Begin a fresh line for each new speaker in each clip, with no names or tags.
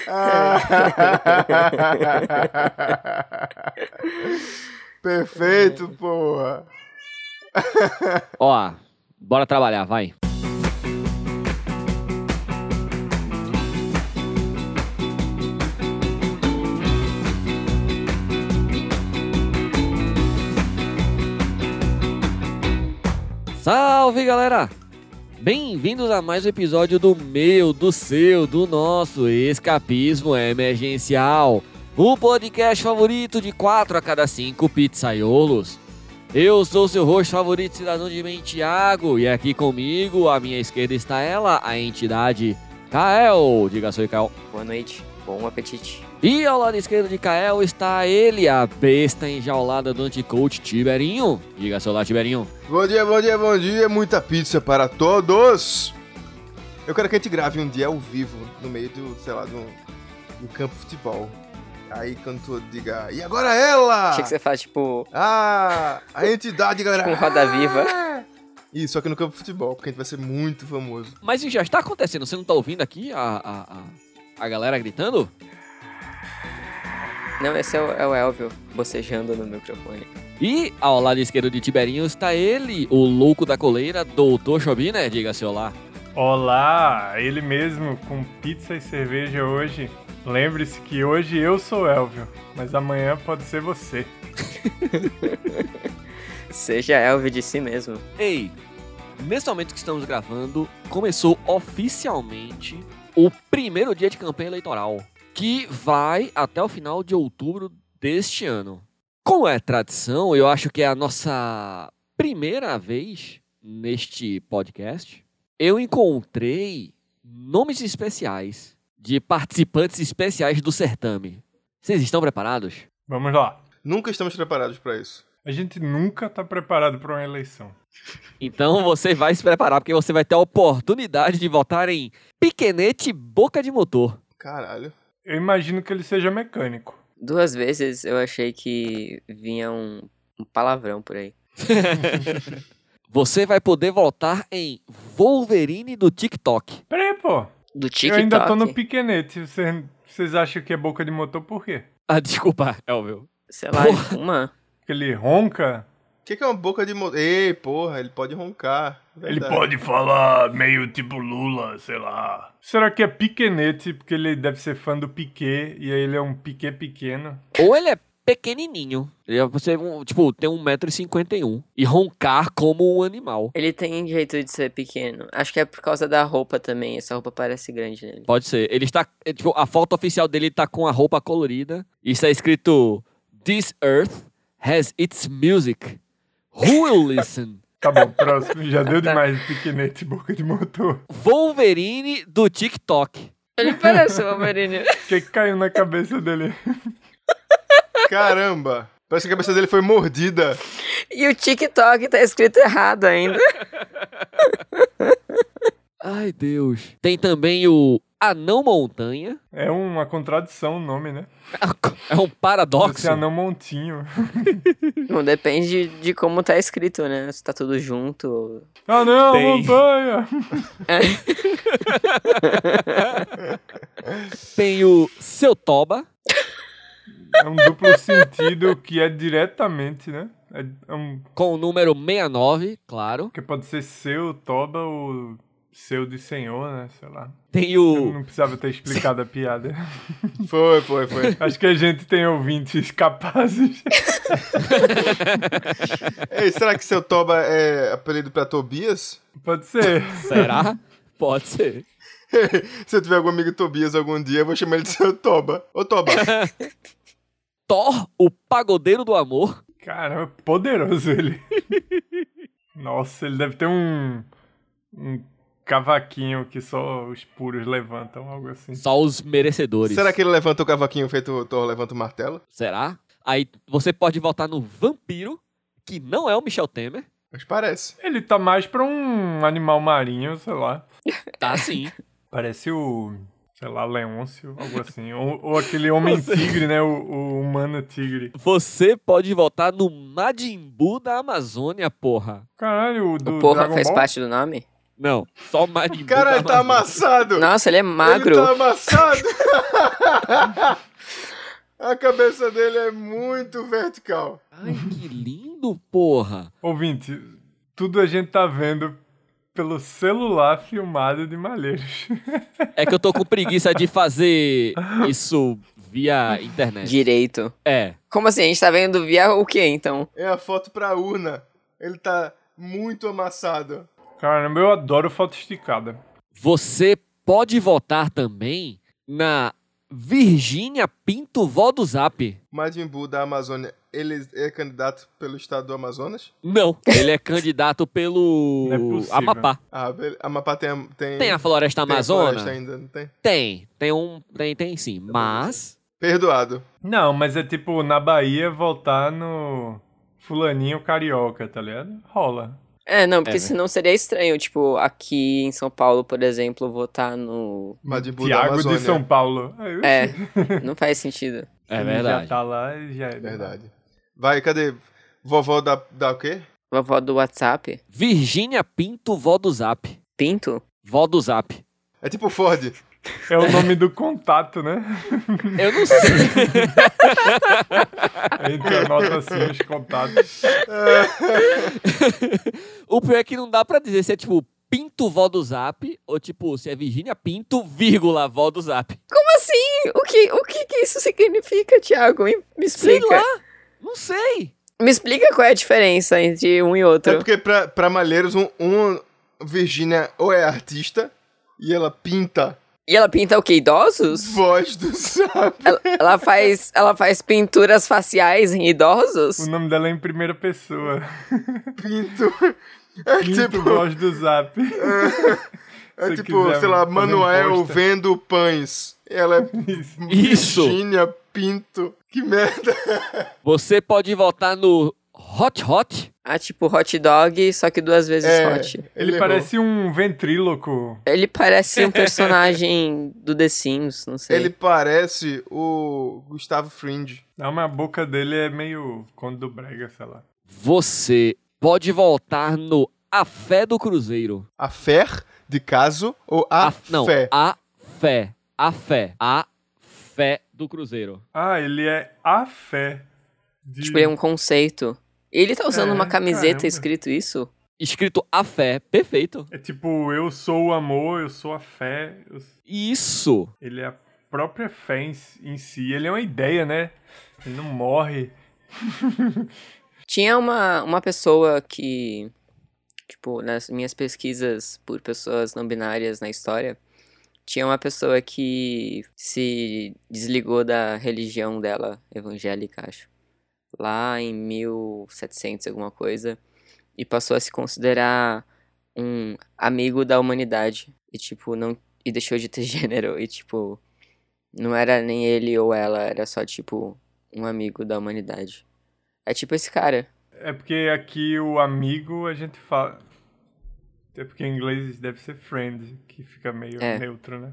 Perfeito, porra.
Ó, bora trabalhar, vai. Salve, galera! Bem-vindos a mais um episódio do meu, do seu, do nosso Escapismo Emergencial, o podcast favorito de 4 a cada 5 pizzaiolos. Eu sou seu rosto favorito, cidadão de bem, Thiago, e aqui comigo, à minha esquerda, está ela, a entidade Kael. Diga sua Kael.
Boa noite, bom apetite.
E ao lado esquerdo de Kael está ele, a besta enjaulada do anticoach Tiberinho. Diga seu lá, Tiberinho.
Bom dia, bom dia, bom dia. Muita pizza para todos. Eu quero que a gente grave um dia ao vivo, no meio do, sei lá, do, do campo de futebol. Aí quando tu diga, e agora ela?
Achei que você faz tipo
Ah, a entidade, galera.
com roda viva.
Isso, só que no campo de futebol, porque a gente vai ser muito famoso.
Mas isso já está acontecendo, você não tá ouvindo aqui a, a, a, a galera gritando?
Não, esse é o, é o Elvio bocejando no microfone.
E ao lado esquerdo de Tiberinho está ele, o louco da coleira, Doutor Chobi, né? Diga seu lá.
Olá, ele mesmo com pizza e cerveja hoje. Lembre-se que hoje eu sou Elvio, mas amanhã pode ser você.
Seja Elvio de si mesmo.
Ei, nesse momento que estamos gravando, começou oficialmente o primeiro dia de campanha eleitoral, que vai até o final de outubro deste ano. Como é tradição, eu acho que é a nossa primeira vez neste podcast, eu encontrei nomes especiais de participantes especiais do certame. Vocês estão preparados?
Vamos lá.
Nunca estamos preparados para isso.
A gente nunca tá preparado pra uma eleição.
Então você vai se preparar, porque você vai ter a oportunidade de votar em Piquenete Boca de Motor.
Caralho.
Eu imagino que ele seja mecânico.
Duas vezes eu achei que vinha um, um palavrão por aí.
Você vai poder votar em Wolverine do TikTok.
Peraí, pô.
Do TikTok.
Eu ainda tô no piquenete. Vocês- Vocês acham que é boca de motor por quê?
Ah, desculpa, Elvio.
Sei lá, uma.
Porque ele ronca?
O que, que é uma boca de motor? Ei, porra, ele pode roncar. Verdade.
falar meio tipo Lula, sei lá. Será que é piquenete? Porque ele deve ser fã do Piquet e aí ele é um Piquet pequeno.
Ou ele é pequenininho. Ele é você, um- tipo, tem 1,51m e roncar como um animal.
Ele tem jeito de ser pequeno. Acho que é por causa da roupa também. Essa roupa parece grande nele.
Pode ser. Ele está. é, Tipo, a foto oficial dele tá com a roupa colorida. E está escrito: This Earth has its music. Who will listen?
Tá bom, próximo. Já deu demais piquenete boca de motor.
Wolverine do TikTok.
Ele parece o Wolverine.
O que que caiu na cabeça dele?
Caramba. Parece que a cabeça dele foi mordida.
e o TikTok tá escrito errado ainda.
Ai, Deus. Tem também o Anão Montanha.
É uma contradição o nome, né?
É um paradoxo.
Esse anão montinho.
Não depende de, de como tá escrito, né? Se tá tudo junto. ou-
Ah não,
Tem.
montanha!
Tem o Seu Toba.
É um duplo sentido que é diretamente, né? É, é um
Com o número 69, claro.
que pode ser seu toba ou seu de senhor, né? Sei lá.
Tem
Eu
o.
não precisava ter explicado a piada.
Foi, foi, foi.
Acho que a gente tem ouvintes capazes.
Ei, será que seu Toba é apelido pra Tobias?
Pode ser.
Será? Pode ser.
Se eu tiver algum amigo Tobias algum dia, eu vou chamar ele de seu Toba. Ô, Toba.
Thor, o Pagodeiro do Amor.
Caramba, poderoso ele. Nossa, ele deve ter um. um cavaquinho que só os puros levantam, algo assim.
Só os merecedores.
será que ele levanta o cavaquinho feito o Thor levanta o martelo?
Será? Aí você pode votar no Vampiro, que não é o Michel Temer.
Mas parece.
Ele tá mais pra um animal marinho, sei lá.
Tá sim.
Parece o Sei lá, Leôncio, algo assim. Ou, ou aquele homem tigre, né? O, o humano tigre.
Você pode votar no Majin Buu da Amazônia, porra.
Caralho, o do
o porra
Dragon
fez
Ball?
parte do nome?
Não, só o Majin Buu
Caralho,
da
tá
Amazônia.
amassado!
Nossa, ele é magro.
Ele tá amassado! A cabeça dele é muito vertical.
Ai, que lindo, porra.
Ouvinte, tudo a gente tá vendo pelo celular filmado de Malheiros.
É que eu tô com preguiça de fazer isso via internet.
Direito.
É.
Como assim? A gente tá vendo via o quê, então?
É a foto pra urna. Ele tá muito amassado.
Caramba, eu adoro foto esticada.
Você pode votar também na Virgínia Pinto Vó do Zap.
Majin Buu da Amazônia, ele é candidato pelo estado do Amazonas?
Não, ele é candidato pelo
Não é possível.
Amapá.
Ah, bele- Amapá tem, tem,
Tem a Floresta
tem a
Amazônia?
floresta ainda, não tem?
Tem, tem um, tem, tem sim, mas
Perdoado.
Não, mas é tipo na Bahia voltar no fulaninho carioca, tá ligado? Rola.
É, não, porque
É, né?
senão seria estranho, tipo, aqui em São Paulo, por exemplo, votar no.
Majin Buu da
Tiago
Amazônia.
de São Paulo. Aí,
É, não faz sentido.
é
ele
verdade.
Já tá lá e já é.
Verdade. Vai, cadê? Vovó da, da o quê?
Vovó do WhatsApp?
Virgínia Pinto Vó do Zap.
Pinto?
Vó do Zap.
É tipo Ford.
É o nome do contato, né?
Eu não sei.
A gente anota assim os contatos.
o pior é que não dá pra dizer se é tipo Pinto Vó do Zap ou tipo se é Virgínia Pinto, vírgula Vó do Zap.
Como assim? O que, o que, que isso significa, Thiago? Me me
Sei
explica.
lá.
é.
Não sei.
Me explica qual é a diferença entre um e
Até
outro.
É porque pra, pra Malheiros, um, um Virgínia ou é artista e ela pinta
E ela pinta o quê? Idosos?
voz do sapo.
ela, ela faz, ela faz pinturas faciais em
O
idosos?
nome dela é em primeira pessoa.
Pinto. É
Quinto
tipo,
voz do zap.
é
se
tipo
quiser
sei lá,
fazer
Manuel
encosta.
vendo pães. Ela é
Isso.
Isso.
Virgínia Pinto. Que merda.
Você pode votar no Hot Hot.
Ah, tipo hot dog, só que duas vezes
É.
hot.
Ele
errou.
parece um ventríloco.
Ele parece um personagem do The Sims, não sei.
Ele parece o Gustavo Fringe.
Não, Ah, mas a boca dele é meio conto do brega, sei lá.
Você pode votar no A Fé do Cruzeiro.
A Fer, de caso, ou a,
F- não,
Fé?
a fé. A fé. A fé do Cruzeiro.
Ah, ele é a fé. De...
Tipo, ele é um conceito. Ele tá usando uma
É,
camiseta
caramba.
escrito isso?
Escrito a fé. Perfeito.
É tipo, eu sou o amor, eu sou a fé. eu-
Isso.
Ele é a própria fé em, si- em si. Ele é uma ideia, né? Ele não morre.
Tinha uma, uma pessoa que, tipo, nas minhas pesquisas por pessoas não binárias na história, tinha uma pessoa que se desligou da religião dela, evangélica, acho, lá em 1700 e alguma coisa, e passou a se considerar um amigo da humanidade, e tipo, não, e deixou de ter gênero, e tipo, não era nem ele ou ela, era só tipo um amigo da humanidade. É tipo esse cara.
É porque aqui o amigo a gente fala. É porque em inglês deve ser friend, que fica meio
É.
neutro, né?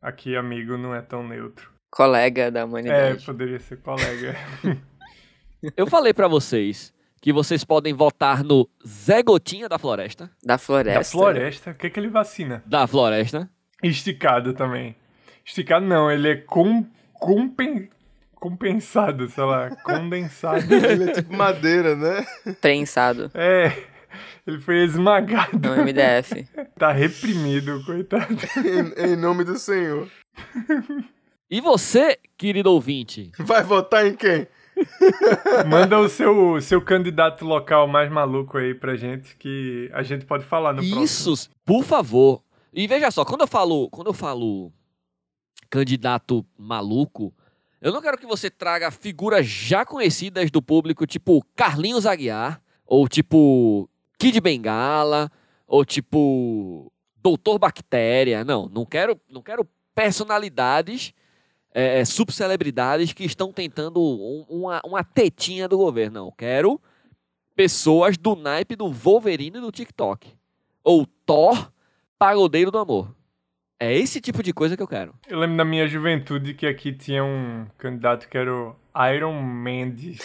Aqui amigo não é tão neutro.
colega da
É,
humanidade.
poderia ser colega.
Eu falei pra vocês que vocês podem votar no Zé Gotinha da Floresta.
Da floresta.
Da floresta, o que, que ele vacina?
Da Floresta.
Esticado também. Esticado não, ele é com, compen- compensado, sei lá, condensado.
Ele é tipo madeira, né?
Prensado.
é, ele foi esmagado.
No MDF.
Tá reprimido, coitado.
Em, em nome do Senhor.
E você, querido ouvinte?
Vai votar em quem?
Manda o seu, seu candidato local mais maluco aí pra gente, que a gente pode falar no próximo.
Isso, por favor. E veja só, quando eu falo, quando eu falo candidato maluco, eu não quero que você traga figuras já conhecidas do público, tipo Carlinhos Aguiar, ou tipo Kid Bengala, ou tipo Doutor Bactéria. Não, não quero, não quero personalidades, é, subcelebridades que estão tentando um- uma, uma tetinha do governo. Não, eu quero pessoas do naipe do Wolverine e do TikTok ou Thor, pagodeiro do amor. É esse tipo de coisa que eu quero.
Eu lembro da minha juventude que aqui tinha um candidato que era o Iron Mendes.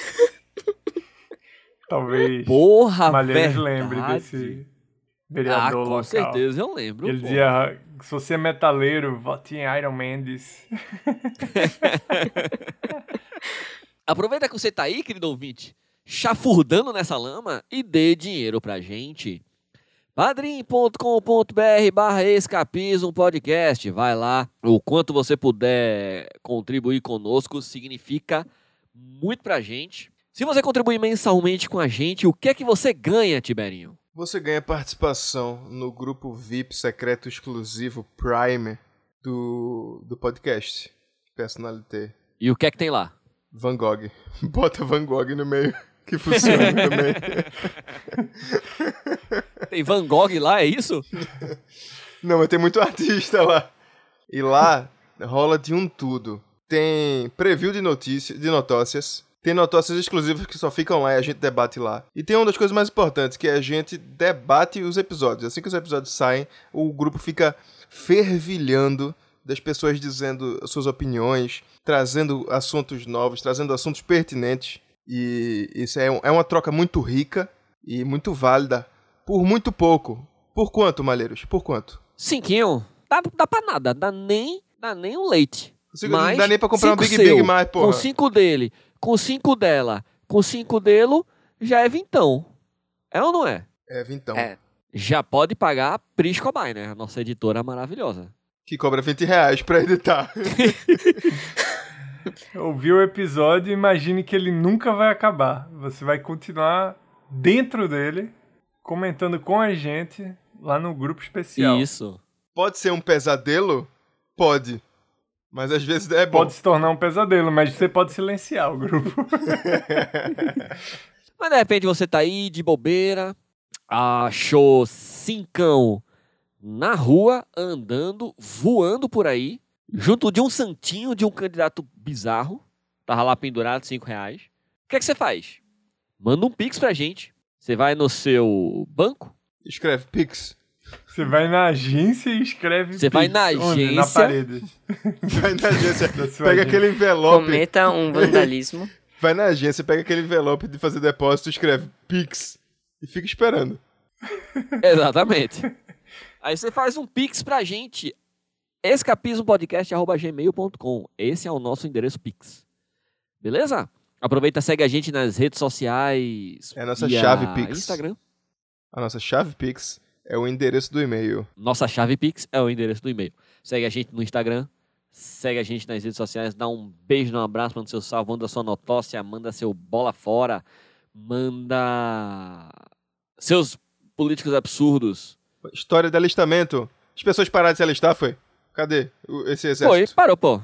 Talvez
Porra,
Malheiros
verdade.
lembre desse vereador
Ah, com
local.
certeza eu lembro.
Ele
pô.
dizia, se você é metaleiro, vote em Iron Mendes.
Aproveita que você tá aí, querido ouvinte, chafurdando nessa lama e dê dinheiro pra gente. padrim.com.br barra escapismo podcast. Vai lá. O quanto você puder contribuir conosco significa muito pra gente. Se você contribuir mensalmente com a gente, o que é que você ganha, Tiberinho?
Você ganha participação no grupo VIP secreto exclusivo Prime do, do podcast. Personalité.
E o que é que tem lá?
Van Gogh. Bota Van Gogh no meio, que funciona também.
Tem Van Gogh lá, é isso?
Não, mas tem muito artista lá. E lá rola de um tudo. Tem preview de notícias, de notócias. Tem notócias exclusivas que só ficam lá e a gente debate lá. E tem uma das coisas mais importantes, que é a gente debate os episódios. Assim que os episódios saem, o grupo fica fervilhando das pessoas dizendo suas opiniões, trazendo assuntos novos, trazendo assuntos pertinentes. E isso é, um- é uma troca muito rica e muito válida. Por muito pouco. Por quanto, Malheiros? Por quanto?
Cinquinho. Dá, dá pra nada. Dá nem, dá nem um leite.
Consigo-
Mas
não dá nem pra comprar um
cinco
Big
seu,
Big mais, porra.
Com cinco dele, com cinco dela, com cinco dele, já é vintão. É ou não é?
É, vintão.
É.
Já pode pagar a Pris Cobain, né? A nossa editora maravilhosa.
Que cobra 20 reais pra editar.
Ouviu o episódio e imagine que ele nunca vai acabar. Você vai continuar dentro dele, comentando com a gente lá no grupo especial.
Isso.
Pode ser um pesadelo? Pode. Mas às vezes é bom.
Pode se tornar um pesadelo, mas você pode silenciar o grupo.
Mas de repente você tá aí de bobeira, achou cincão na rua, andando, voando por aí, junto de um santinho de um candidato bizarro, tava lá pendurado, cinco reais. O que é que você faz? Manda um pix pra gente. Você vai no seu banco,
Escreve Pix.
Você vai na agência e escreve.
Você vai
pix.
na
Onde? Na
agência.
parede.
Vai na agência.
da sua
Pega
agência.
aquele envelope.
Cometa um vandalismo.
Vai na agência, pega aquele envelope de fazer depósito, escreve Pix. E fica esperando.
Exatamente. Aí você faz um pix pra gente. escapismopodcast.gmail.com Esse é o nosso endereço pix. Beleza? Aproveita, segue a gente nas redes sociais.
É a nossa
via
chave Pix.
Instagram.
A nossa chave Pix é o endereço do e-mail.
Nossa chave pix é o endereço do e-mail. Segue a gente no Instagram. Segue a gente nas redes sociais. Dá um beijo, dá um abraço, manda seu salve, manda sua notócia, manda seu bola fora. Manda seus políticos absurdos.
História de alistamento. As pessoas pararam de se alistar, foi? Cadê o- esse
Foi,
exército?
parou, pô.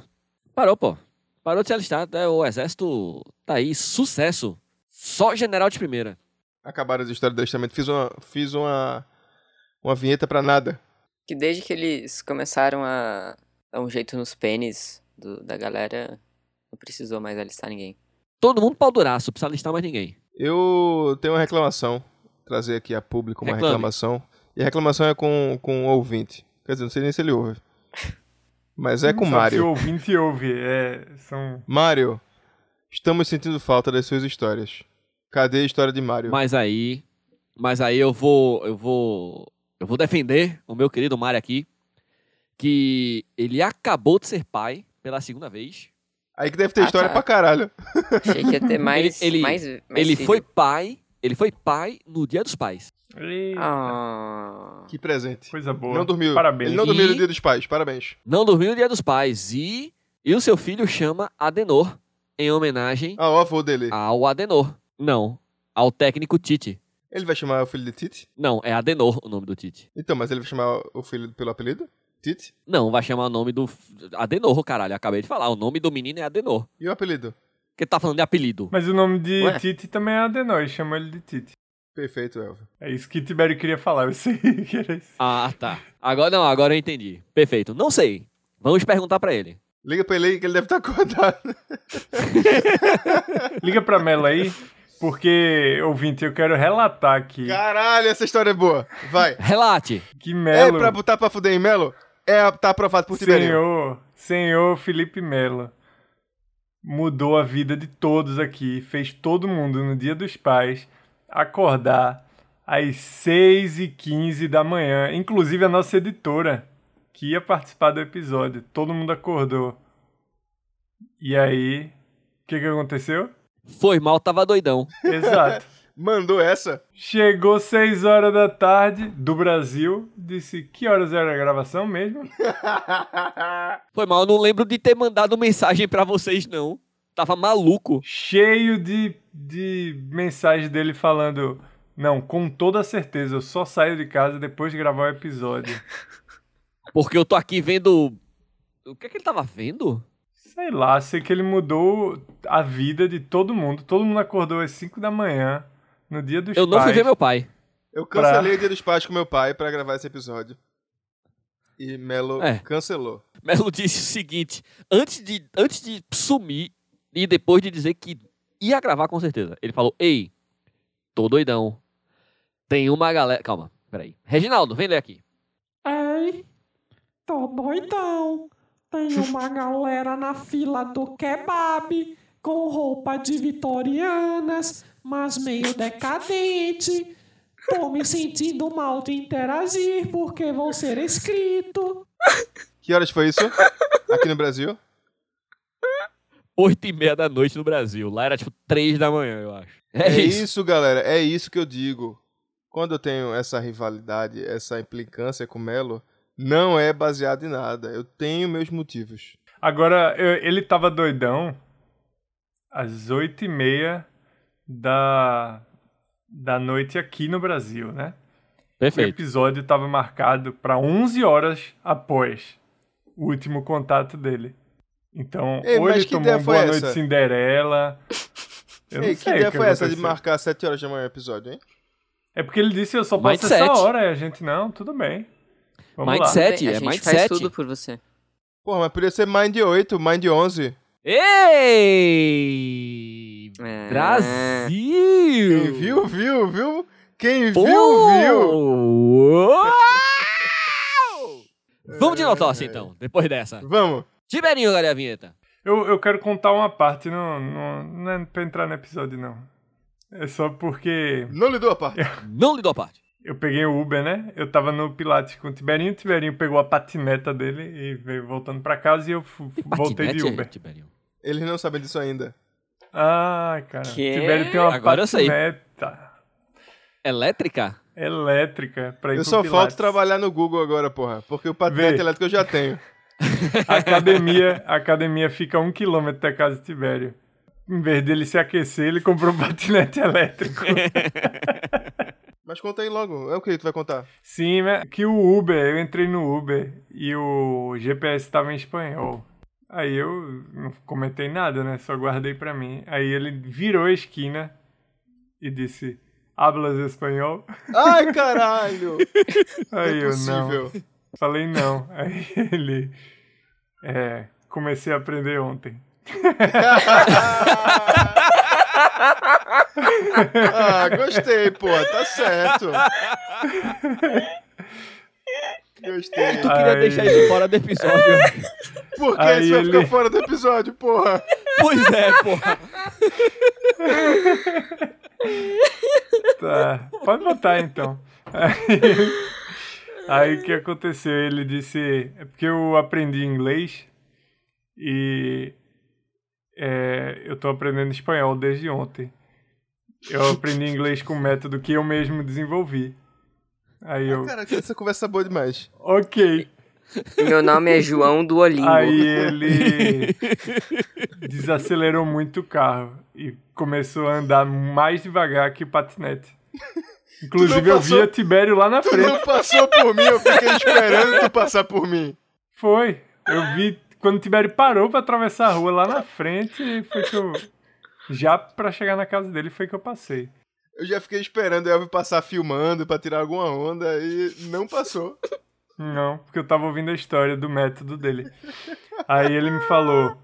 Parou, pô. Parou de se alistar. até O exército tá aí, sucesso. Só general de primeira.
Acabaram as histórias de alistamento. Fiz uma, fiz uma, uma vinheta pra nada.
Que desde que eles começaram a dar um jeito nos pênis do- da galera, não precisou mais alistar ninguém.
Todo mundo pau duraço, precisa alistar mais ninguém.
Eu tenho uma reclamação. Trazer aqui a público uma
Reclame.
reclamação. E a reclamação é com, com um ouvinte. Quer dizer, não sei nem se ele ouve. Mas é com
Não sabe Se o
Mário.
ouvinte ouve. É, são...
Mário, estamos sentindo falta das suas histórias. Cadê a história de Mário?
Mas aí. Mas aí eu vou. Eu vou. Eu vou defender o meu querido Mário aqui. Que ele acabou de ser pai pela segunda vez.
Aí que deve ter
Ah,
história
tá.
pra caralho.
Achei que ia ter mais.
ele-
mais, mais
ele
filho.
foi pai. Ele foi pai no dia dos pais.
Eita,
Ah.
Que presente.
Coisa boa.
Não dormiu.
Parabéns.
Ele não dormiu no
E-
dia dos pais. Parabéns.
Não dormiu no dia dos pais. E. E o seu filho chama Adenor. Em homenagem
Ah, o avô dele.
ao Adenor. Não, ao técnico Tite.
Ele vai chamar o filho de Tite?
Não, é Adenor o nome do Tite.
Então, mas ele vai chamar o filho pelo apelido? Tite?
Não, vai chamar o nome do. Adenor, caralho, acabei de falar. O nome do menino é Adenor.
E o apelido?
Porque tá falando de apelido.
Mas o nome de
Ué?
Tite também é Adenoi, chama ele de Tite.
Perfeito, Elvio.
É isso que Tibério queria falar, eu sei que era isso.
Ah, tá. Agora não, agora eu entendi. Perfeito. Não sei. Vamos perguntar pra ele.
Liga pra ele aí que ele deve estar acordado.
Liga pra Mela aí, porque, ouvinte, eu quero relatar aqui
Caralho, essa história é boa. Vai.
Relate.
que
É
Melo...
pra botar pra fuder em Melo? É, tá aprovado por Tiberinho.
Senhor, senhor Felipe Melo, mudou a vida de todos aqui, fez todo mundo no Dia dos Pais acordar às 6h15 da manhã, inclusive a nossa editora que ia participar do episódio. Todo mundo acordou. E aí, o que, que aconteceu?
Foi mal, tava doidão.
Exato.
Mandou essa?
Chegou 6 horas da tarde do Brasil, disse que horas era a gravação mesmo.
Foi mal, não lembro de ter mandado mensagem pra vocês, não. Tava maluco.
Cheio de, de mensagem dele falando: Não, com toda certeza, eu só saio de casa depois de gravar o episódio.
Porque eu tô aqui vendo. O que é que ele tava vendo?
Sei lá, sei que ele mudou a vida de todo mundo. Todo mundo acordou às 5 da manhã, no dia dos
Eu não
pais.
fui ver meu pai.
Eu cancelei o Dia dos Pais com meu pai pra gravar esse episódio. E Melo
É.
cancelou.
Melo disse o seguinte: antes de, antes de sumir e depois de dizer que ia gravar com certeza, ele falou: Ei, tô doidão. Tem uma galera. Calma, peraí. Reginaldo, vem ler aqui.
Ei, tô doidão. Tem uma galera na fila do kebab com roupa de vitorianas, mas meio decadente. Tô me sentindo mal de interagir porque vou ser escrito.
Que horas foi isso? Aqui no Brasil?
Oito e meia da noite no Brasil. Lá era tipo três da manhã, eu acho. É, isso.
galera. É isso que eu digo. Quando eu tenho essa rivalidade, essa implicância com Melo, não é baseado em nada. Eu tenho meus motivos.
Agora, eu- ele tava doidão às 8 e meia da, da noite aqui no Brasil, né? O
Perfeito.
episódio tava marcado pra 11 horas após o último contato dele. Então,
Ei,
ou
mas
ele
que
tomou
ideia
um
foi
Boa Noite
essa?
Cinderela. Eu não
Ei, que
sei o
ideia
que
foi essa de
aconteceu.
marcar 7 horas da manhã o episódio, hein?
É porque ele disse, eu só passo essa
Mindset.
hora, e a gente, não, tudo bem. Vamos lá.
Mindset. Sete,
a
é
gente
mais
faz
sete.
tudo por você.
Porra, mas podia ser Mind 8, Mind 11.
Ei!
É.
Quem
Brasil!
viu, viu, viu? Quem
Pô!
viu, viu?
Uau!
É,
Vamos de notócia então, depois dessa.
Vamos.
Tiberinho, galera, a vinheta.
Eu, eu quero contar uma parte, não, não, não é pra entrar no episódio, não. É só porque
Não lidou a parte.
Não lidou a parte.
eu peguei o Uber, né? Eu tava no Pilates com o Tiberinho, o Tiberinho pegou a patineta dele e veio voltando pra casa e eu fu-
Que
voltei de
patinete,
Uber.
Tiberinho.
Eles não sabem disso ainda.
Ah, cara.
Quê?
Tibério tem uma
Agora eu sei.
patineta
Elétrica?
elétrica pra ir
Eu
pro
só
Pilates.
falta trabalhar no Google agora, porra. Porque o patinete
Vê.
elétrico eu já tenho.
A academia, a academia fica a um quilômetro da casa de Tibério. Em vez dele se aquecer, ele comprou um patinete elétrico.
Mas conta aí logo. É o que tu vai contar.
Sim, né? que o Uber, eu entrei no Uber e o GPS tava em espanhol. Aí eu não comentei nada, né? Só guardei pra mim. Aí ele virou a esquina e disse: Hablas espanhol?
Ai, caralho!
Aí eu não.
Impossível.
Falei não. Aí ele. É. Comecei a aprender ontem.
ah, gostei, pô. Tá certo. Gostei.
Tu queria
Ai.
deixar isso fora do episódio.
Por que
Aí
isso vai
ele-
ficar fora do episódio, porra?
pois é, porra.
Tá. Pode botar então. Aí, aí o que aconteceu? Ele disse. É porque eu aprendi inglês e. é, eu tô aprendendo espanhol desde ontem. Eu aprendi inglês com um método que eu mesmo desenvolvi. Aí eu.
Ah, Cara, essa conversa é boa demais.
Ok,
Meu nome é João do Olimpo.
Aí ele desacelerou muito o carro e começou a andar mais devagar que o patinete. Inclusive,
não
eu
passou-
via Tibério lá na
Tu não
frente.
passou por mim, eu fiquei esperando tu passar por mim.
Foi. Eu vi quando o Tibério parou pra atravessar a rua lá na frente. Foi que eu. Já pra chegar na casa dele foi que eu passei.
Eu já fiquei esperando o Elvio passar filmando pra tirar alguma onda e não passou.
Não, porque eu tava ouvindo a história do método dele. Aí ele me falou: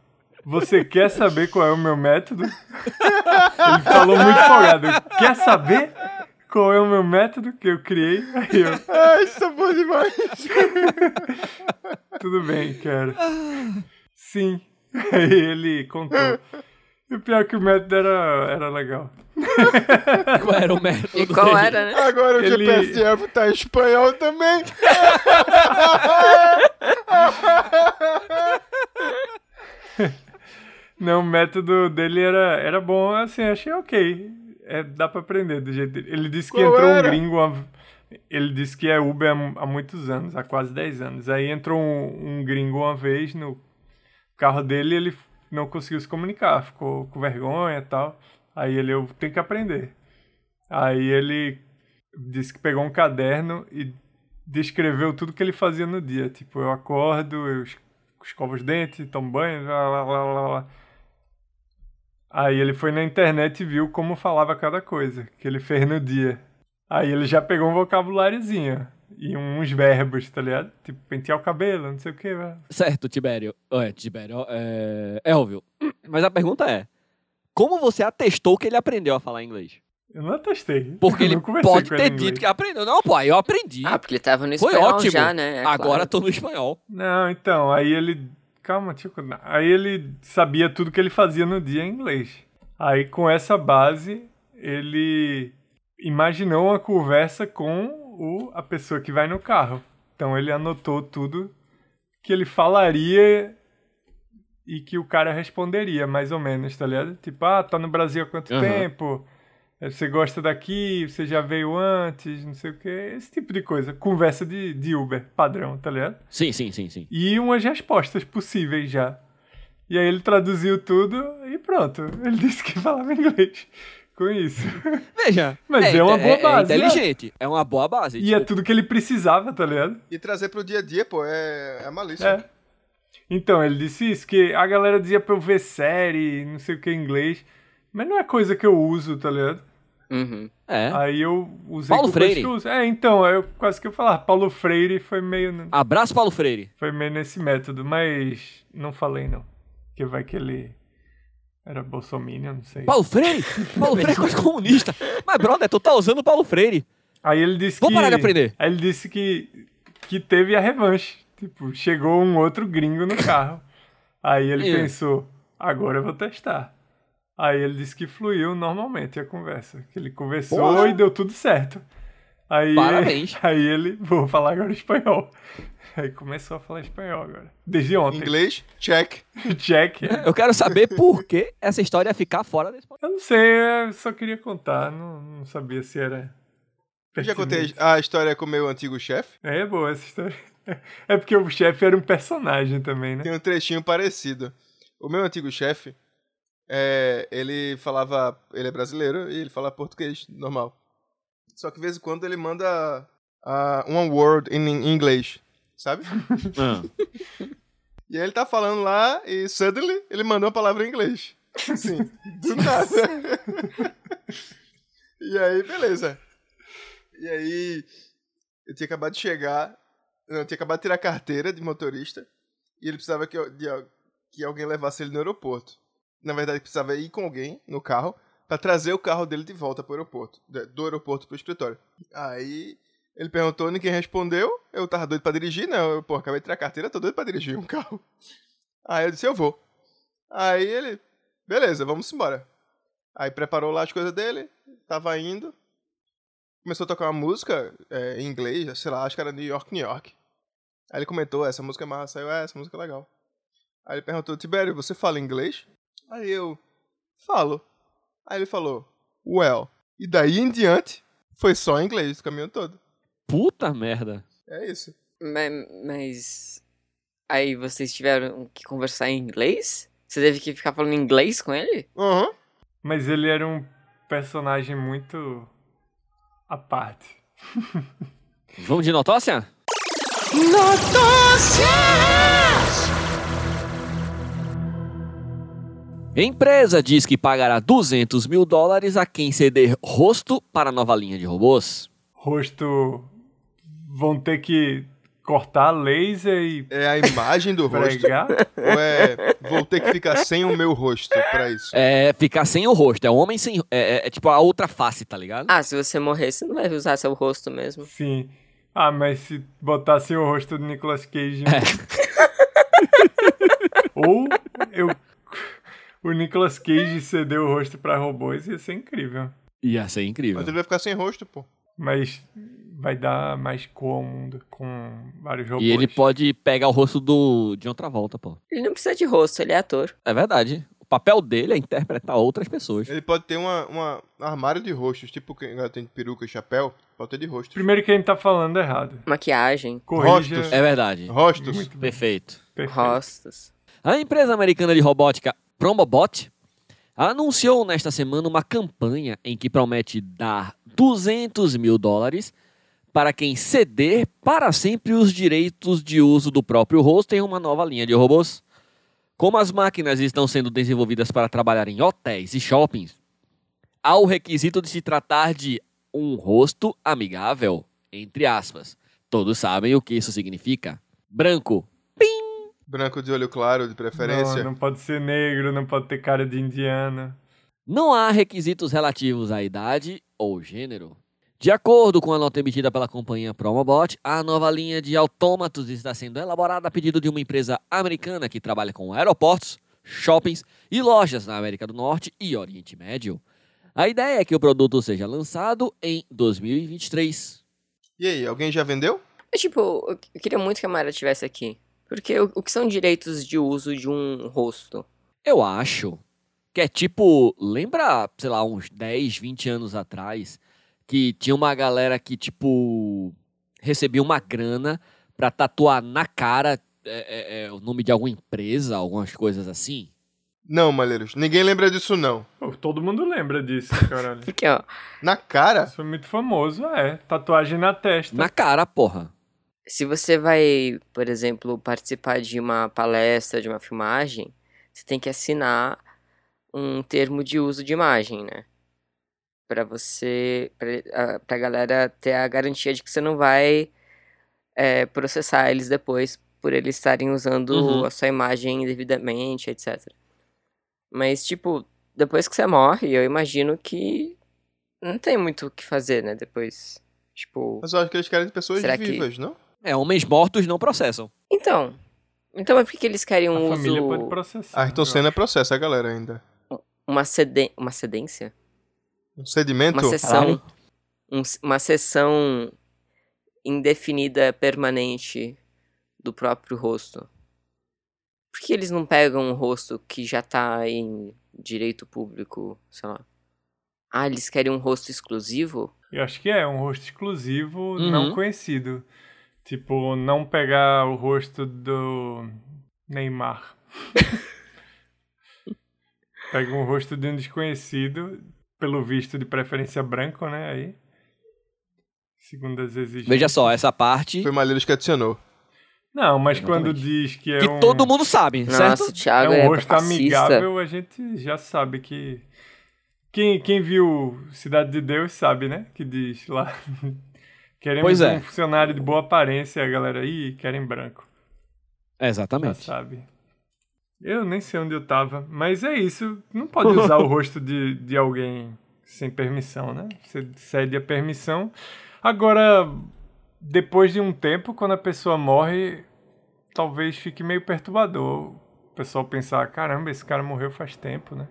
Você quer saber qual é o meu método? Ele falou muito folgado: Quer saber? qual é o meu método que eu criei? Aí eu,
Ai, isso é bom demais.
tudo bem, cara. Sim. Aí ele contou. E o pior é que o método era, era legal.
Qual era o método?
E qual
dele?
era, né?
Agora o
Ele-
GPS de Evo tá em espanhol também.
Não, o método dele era, era bom, assim, achei ok. É, dá pra aprender do jeito dele. Ele disse que
Qual
entrou
era?
um gringo. há- Ele disse que é Uber há, mu- há muitos anos, há quase 10 anos. Aí entrou um, um gringo uma vez no carro dele e ele não conseguiu se comunicar, ficou com vergonha e tal. Aí ele, eu tenho que aprender. Aí ele disse que pegou um caderno e descreveu tudo que ele fazia no dia. Tipo, eu acordo, eu es- escovo os dentes, tomo banho, lá, lá, lá, lá, lá. Aí ele foi na internet e viu como falava cada coisa que ele fez no dia. Aí ele já pegou um vocabuláriozinho e uns verbos, tá ligado? Tipo, pentear o cabelo, não sei o que.
Certo, Tibério. É, Tibério, ó, é... é óbvio. Mas a pergunta é, como você atestou que ele aprendeu a falar inglês?
Eu não testei.
Porque
Eu
ele
não conversei
pode
com
ter
em
dito
inglês.
que aprendeu. Não, pô, aí eu aprendi.
Ah, porque ele tava no
Foi
espanhol
ótimo.
já, né? É
Agora
claro.
tô no espanhol.
Não, então, aí ele. Calma, tio. Aí ele sabia tudo que ele fazia no dia em inglês. Aí com essa base, ele imaginou uma conversa com o, a pessoa que vai no carro. Então ele anotou tudo que ele falaria e que o cara responderia, mais ou menos, tá ligado? Tipo, ah, tá no Brasil há quanto
Aham.
tempo? Eh, Você gosta daqui? Você já veio antes? Não sei o quê. Esse tipo de coisa. Conversa de, de Uber, padrão, tá ligado?
Sim, sim, sim, sim.
e umas respostas possíveis já. E aí ele traduziu tudo e pronto. Ele disse que falava inglês com isso.
Veja.
Mas é uma boa base, né?
inteligente. É uma boa base.
E é tudo que ele precisava, tá ligado?
E trazer pro dia a dia, pô, é, é malícia.
É. Então, ele disse isso, que a galera dizia pra eu ver série, não sei o que em inglês. Mas não é coisa que eu uso, tá ligado?
Uhum.
É.
Aí eu usei
Paulo
com coisas
Freire.
que eu uso. É, então, aí eu quase que eu falar. Paulo Freire foi meio,
Abraço, Paulo Freire.
foi meio nesse método, mas não falei não. Porque vai que ele era bolsominion, não sei.
Paulo Freire? Paulo Freire é coisa comunista. Mas, brother, tu tá usando o Paulo Freire.
Aí ele disse
Vou
que.
parar de aprender.
Aí ele disse que, que teve a revanche. Tipo, chegou um outro gringo no carro. Aí ele
É.
pensou, agora eu vou testar. Aí ele disse que fluiu normalmente a conversa. Que ele conversou
Porra.
e deu tudo certo. Aí,
Parabéns.
Aí ele, vou falar agora espanhol. Aí começou a falar espanhol agora. Desde ontem.
Inglês, check.
Check.
Eu quero saber por que essa história ia ficar fora desse podcast.
Eu não sei, eu só queria contar. Não, não sabia se era.
Eu já contei
pertinente.
a história com o meu antigo chefe.
É boa essa história. É porque o chefe era um personagem também, né?
Tem um trechinho parecido. O meu antigo chefe, é, ele falava. Ele é brasileiro e ele fala português normal. Só que de vez em quando ele manda ah, one word in in inglês, sabe? E aí ele tá falando lá e suddenly ele mandou uma palavra em inglês. Assim, do nada. e aí, beleza. E aí, eu tinha acabado de chegar, não, eu tinha acabado de tirar a carteira de motorista e ele precisava que, eu- de al- que alguém levasse ele no aeroporto. Na verdade, precisava ir com alguém no carro pra trazer o carro dele de volta pro aeroporto, de- do aeroporto pro escritório. Aí ele perguntou, ninguém respondeu. Eu tava doido pra dirigir, né? Eu, pô, acabei de tirar a carteira, tô doido pra dirigir um carro. Aí eu disse, eu vou. Aí ele, beleza, vamos embora. Aí preparou lá as coisas dele, tava indo. Começou a tocar uma música é, em inglês, sei lá, acho que era New York, New York. Aí ele comentou, essa música é massa, eu, é, essa música é legal. Aí ele perguntou, Tibério, você fala inglês? Aí eu, falo. Aí ele falou, well. E daí em diante, foi só inglês o caminho todo.
Puta merda.
É isso.
Mas, mas. Aí vocês tiveram que conversar em inglês? Você teve que ficar falando inglês com ele?
Aham.
Mas ele era um personagem muito à parte.
Vamos de notócia? Empresa diz que pagará 200 mil dólares a quem ceder rosto para nova linha de robôs.
Rosto vão ter que cortar laser e
É a imagem do rosto?
pregar?
ou é vou ter que ficar sem o meu rosto pra isso?
É ficar sem o rosto. É o homem sem. É, é- é tipo a outra face, tá ligado?
Ah, se você morrer, você não vai usar seu rosto mesmo.
Sim. Ah, mas se botassem o rosto do Nicolas Cage. né? Ou eu. O Nicolas Cage ceder o rosto pra robôs ia ser incrível.
Ia ser incrível.
Mas ele vai ficar sem rosto, pô.
Mas vai dar mais cor ao mundo com vários robôs.
E ele pode pegar o rosto do de outra volta, pô.
Ele não precisa de rosto, ele é ator.
É verdade. O papel dele é interpretar outras pessoas.
Ele pode ter uma, uma um armário de rostos, tipo quem agora tem peruca e chapéu, pode ter de rosto.
Primeiro que a gente tá falando errado.
Maquiagem,
Corrija.
Rostos.
É verdade.
Rostos.
Perfeito.
Perfeito.
rostos.
A empresa americana de robótica Promobot anunciou nesta semana uma campanha em que promete dar 200 mil dólares para quem ceder para sempre os direitos de uso do próprio rosto em uma nova linha de robôs. Como as máquinas estão sendo desenvolvidas para trabalhar em hotéis e shoppings, há o requisito de se tratar de um rosto amigável, entre aspas. Todos sabem o que isso significa. Branco,
Branco de olho claro, de preferência.
Não, não pode ser negro, não pode ter cara de indiana.
Não há requisitos relativos à idade ou gênero. De acordo com a nota emitida pela companhia Promobot, a nova linha de autômatos está sendo elaborada a pedido de uma empresa americana que trabalha com aeroportos, shoppings e lojas na América do Norte e Oriente Médio. A ideia é que o produto seja lançado em 2023.
E aí, alguém já vendeu?
Mas, tipo, eu- eu queria muito que a Mara estivesse aqui. Porque o, o que são direitos de uso de um rosto?
Eu acho que é tipo, lembra, sei lá, uns 10, 20 anos atrás, que tinha uma galera que, tipo, recebia uma grana pra tatuar na cara é, é, é, o nome de alguma empresa, algumas coisas assim?
Não, Malheiros. Ninguém lembra disso, não.
Pô, todo mundo lembra disso, caralho.
Porque, ó,
Na cara?
Isso foi muito famoso, é. Tatuagem na testa.
Na cara, porra.
se você vai, por exemplo, participar de uma palestra, de uma filmagem, você tem que assinar um termo de uso de imagem, né? Pra você. Pra, a, pra galera ter a garantia de que você não vai é, processar eles depois por eles estarem usando
Uhum.
a sua imagem indevidamente, etc. Mas, tipo, depois que você morre, eu imagino que não tem muito o que fazer, né? Depois. Tipo.
Mas eu acho que eles querem pessoas
Será que-
vivas, não?
É, homens mortos não processam.
Então. Então é porque que eles querem
A
um
família pode
uso.
processar.
Ayrton Senna processa a galera ainda.
Uma, ceden uma cedência?
Um sedimento?
Uma
Caralho.
sessão. um s- uma sessão indefinida, permanente do próprio rosto. Por que eles não pegam um rosto que já tá em direito público, sei lá? Ah, eles querem um rosto exclusivo?
Eu acho que é, um rosto exclusivo
Uhum.
não conhecido. Tipo, não pegar o rosto do Neymar. Pega um rosto de um desconhecido, pelo visto de preferência branco, né? Aí. Segundo as exigências.
Veja só, essa parte
Foi Malheiros que adicionou.
Não, mas
Exatamente.
quando diz que é
que
um,
todo mundo sabe,
Nossa, o
certo?
é
Thiago é,
um rosto
racista.
amigável, a gente já sabe que. Quem, quem viu Cidade de Deus sabe, né? Que diz lá. Queremos
Pois é.
um funcionário de boa aparência, a galera. aí querem branco. Já
Exatamente.
sabe. Eu nem sei onde eu tava, mas é isso. Não pode usar o rosto de, de alguém sem permissão, né? Você cede a permissão. Agora, depois de um tempo, quando a pessoa morre, talvez fique meio perturbador o pessoal pensar: caramba, esse cara morreu faz tempo, né?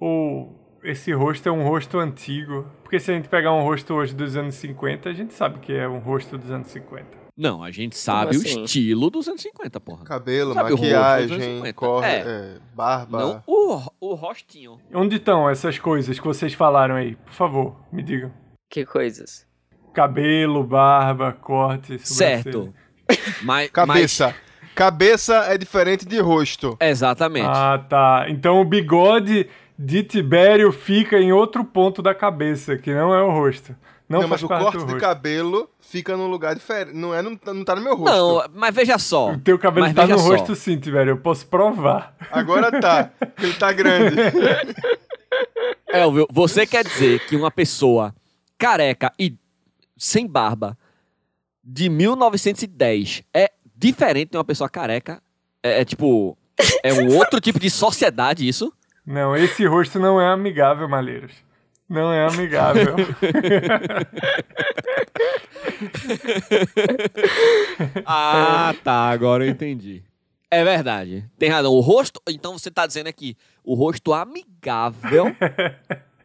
Ou esse rosto é um rosto antigo. Porque se a gente pegar um rosto hoje dos anos 50, a gente sabe que é um rosto dos anos 50.
Não, a gente sabe o
assim?
estilo dos anos 50, porra.
Cabelo,
Sabe o rosto,
maquiagem,
250.
corre,
É.
é, barba.
Não o, o rostinho.
Onde estão essas coisas que vocês falaram aí? Por favor, me digam.
Que coisas.
Cabelo, barba, corte, sobrancelha.
Certo. Mas, mas
Cabeça. Cabeça é diferente de rosto.
Exatamente.
Ah, tá. Então o bigode de Tibério fica em outro ponto da cabeça, que não é o rosto. Não,
Não, mas
faz
o
parte
corte
do
de
rosto.
cabelo fica num lugar diferente. Não, é, não, tá- não tá no meu rosto.
não, mas veja só.
O teu cabelo
Mas
tá no
veja só.
rosto sim, Tibério. Eu posso provar.
Agora tá. porque Ele tá grande.
Elvio, você quer dizer que uma pessoa careca e sem barba de 1910 é diferente de uma pessoa careca. É, é tipo. É um outro tipo de sociedade isso.
Não, esse rosto não é amigável, Malheiros. Não é amigável.
Ah, tá. Agora eu entendi. É verdade. Tem razão. O rosto. Então você tá dizendo aqui, o rosto amigável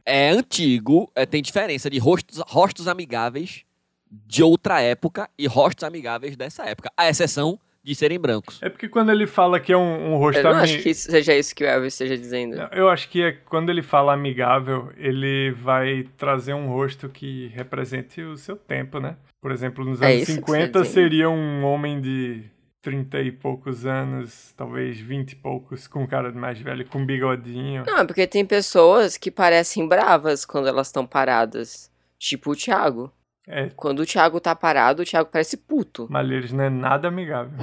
é antigo. é, tem diferença de rostos, rostos amigáveis de outra época e rostos amigáveis dessa época. A exceção de serem brancos.
É porque quando ele fala que é um, um rosto
Eu não
ami-
acho que isso seja isso que o Elvis esteja dizendo.
Não, Eu acho que é, quando ele fala amigável, ele vai trazer um rosto que represente o seu tempo, né? Por exemplo, nos
É
anos
isso que você
50
diz.
seria um homem de 30 e poucos anos, talvez 20 e poucos, com cara de mais velho, com bigodinho.
Não, é porque tem pessoas que parecem bravas quando elas estão paradas. Tipo o Thiago.
É,
Quando o Thiago tá parado, o Thiago parece puto.
Malheiros não é nada amigável.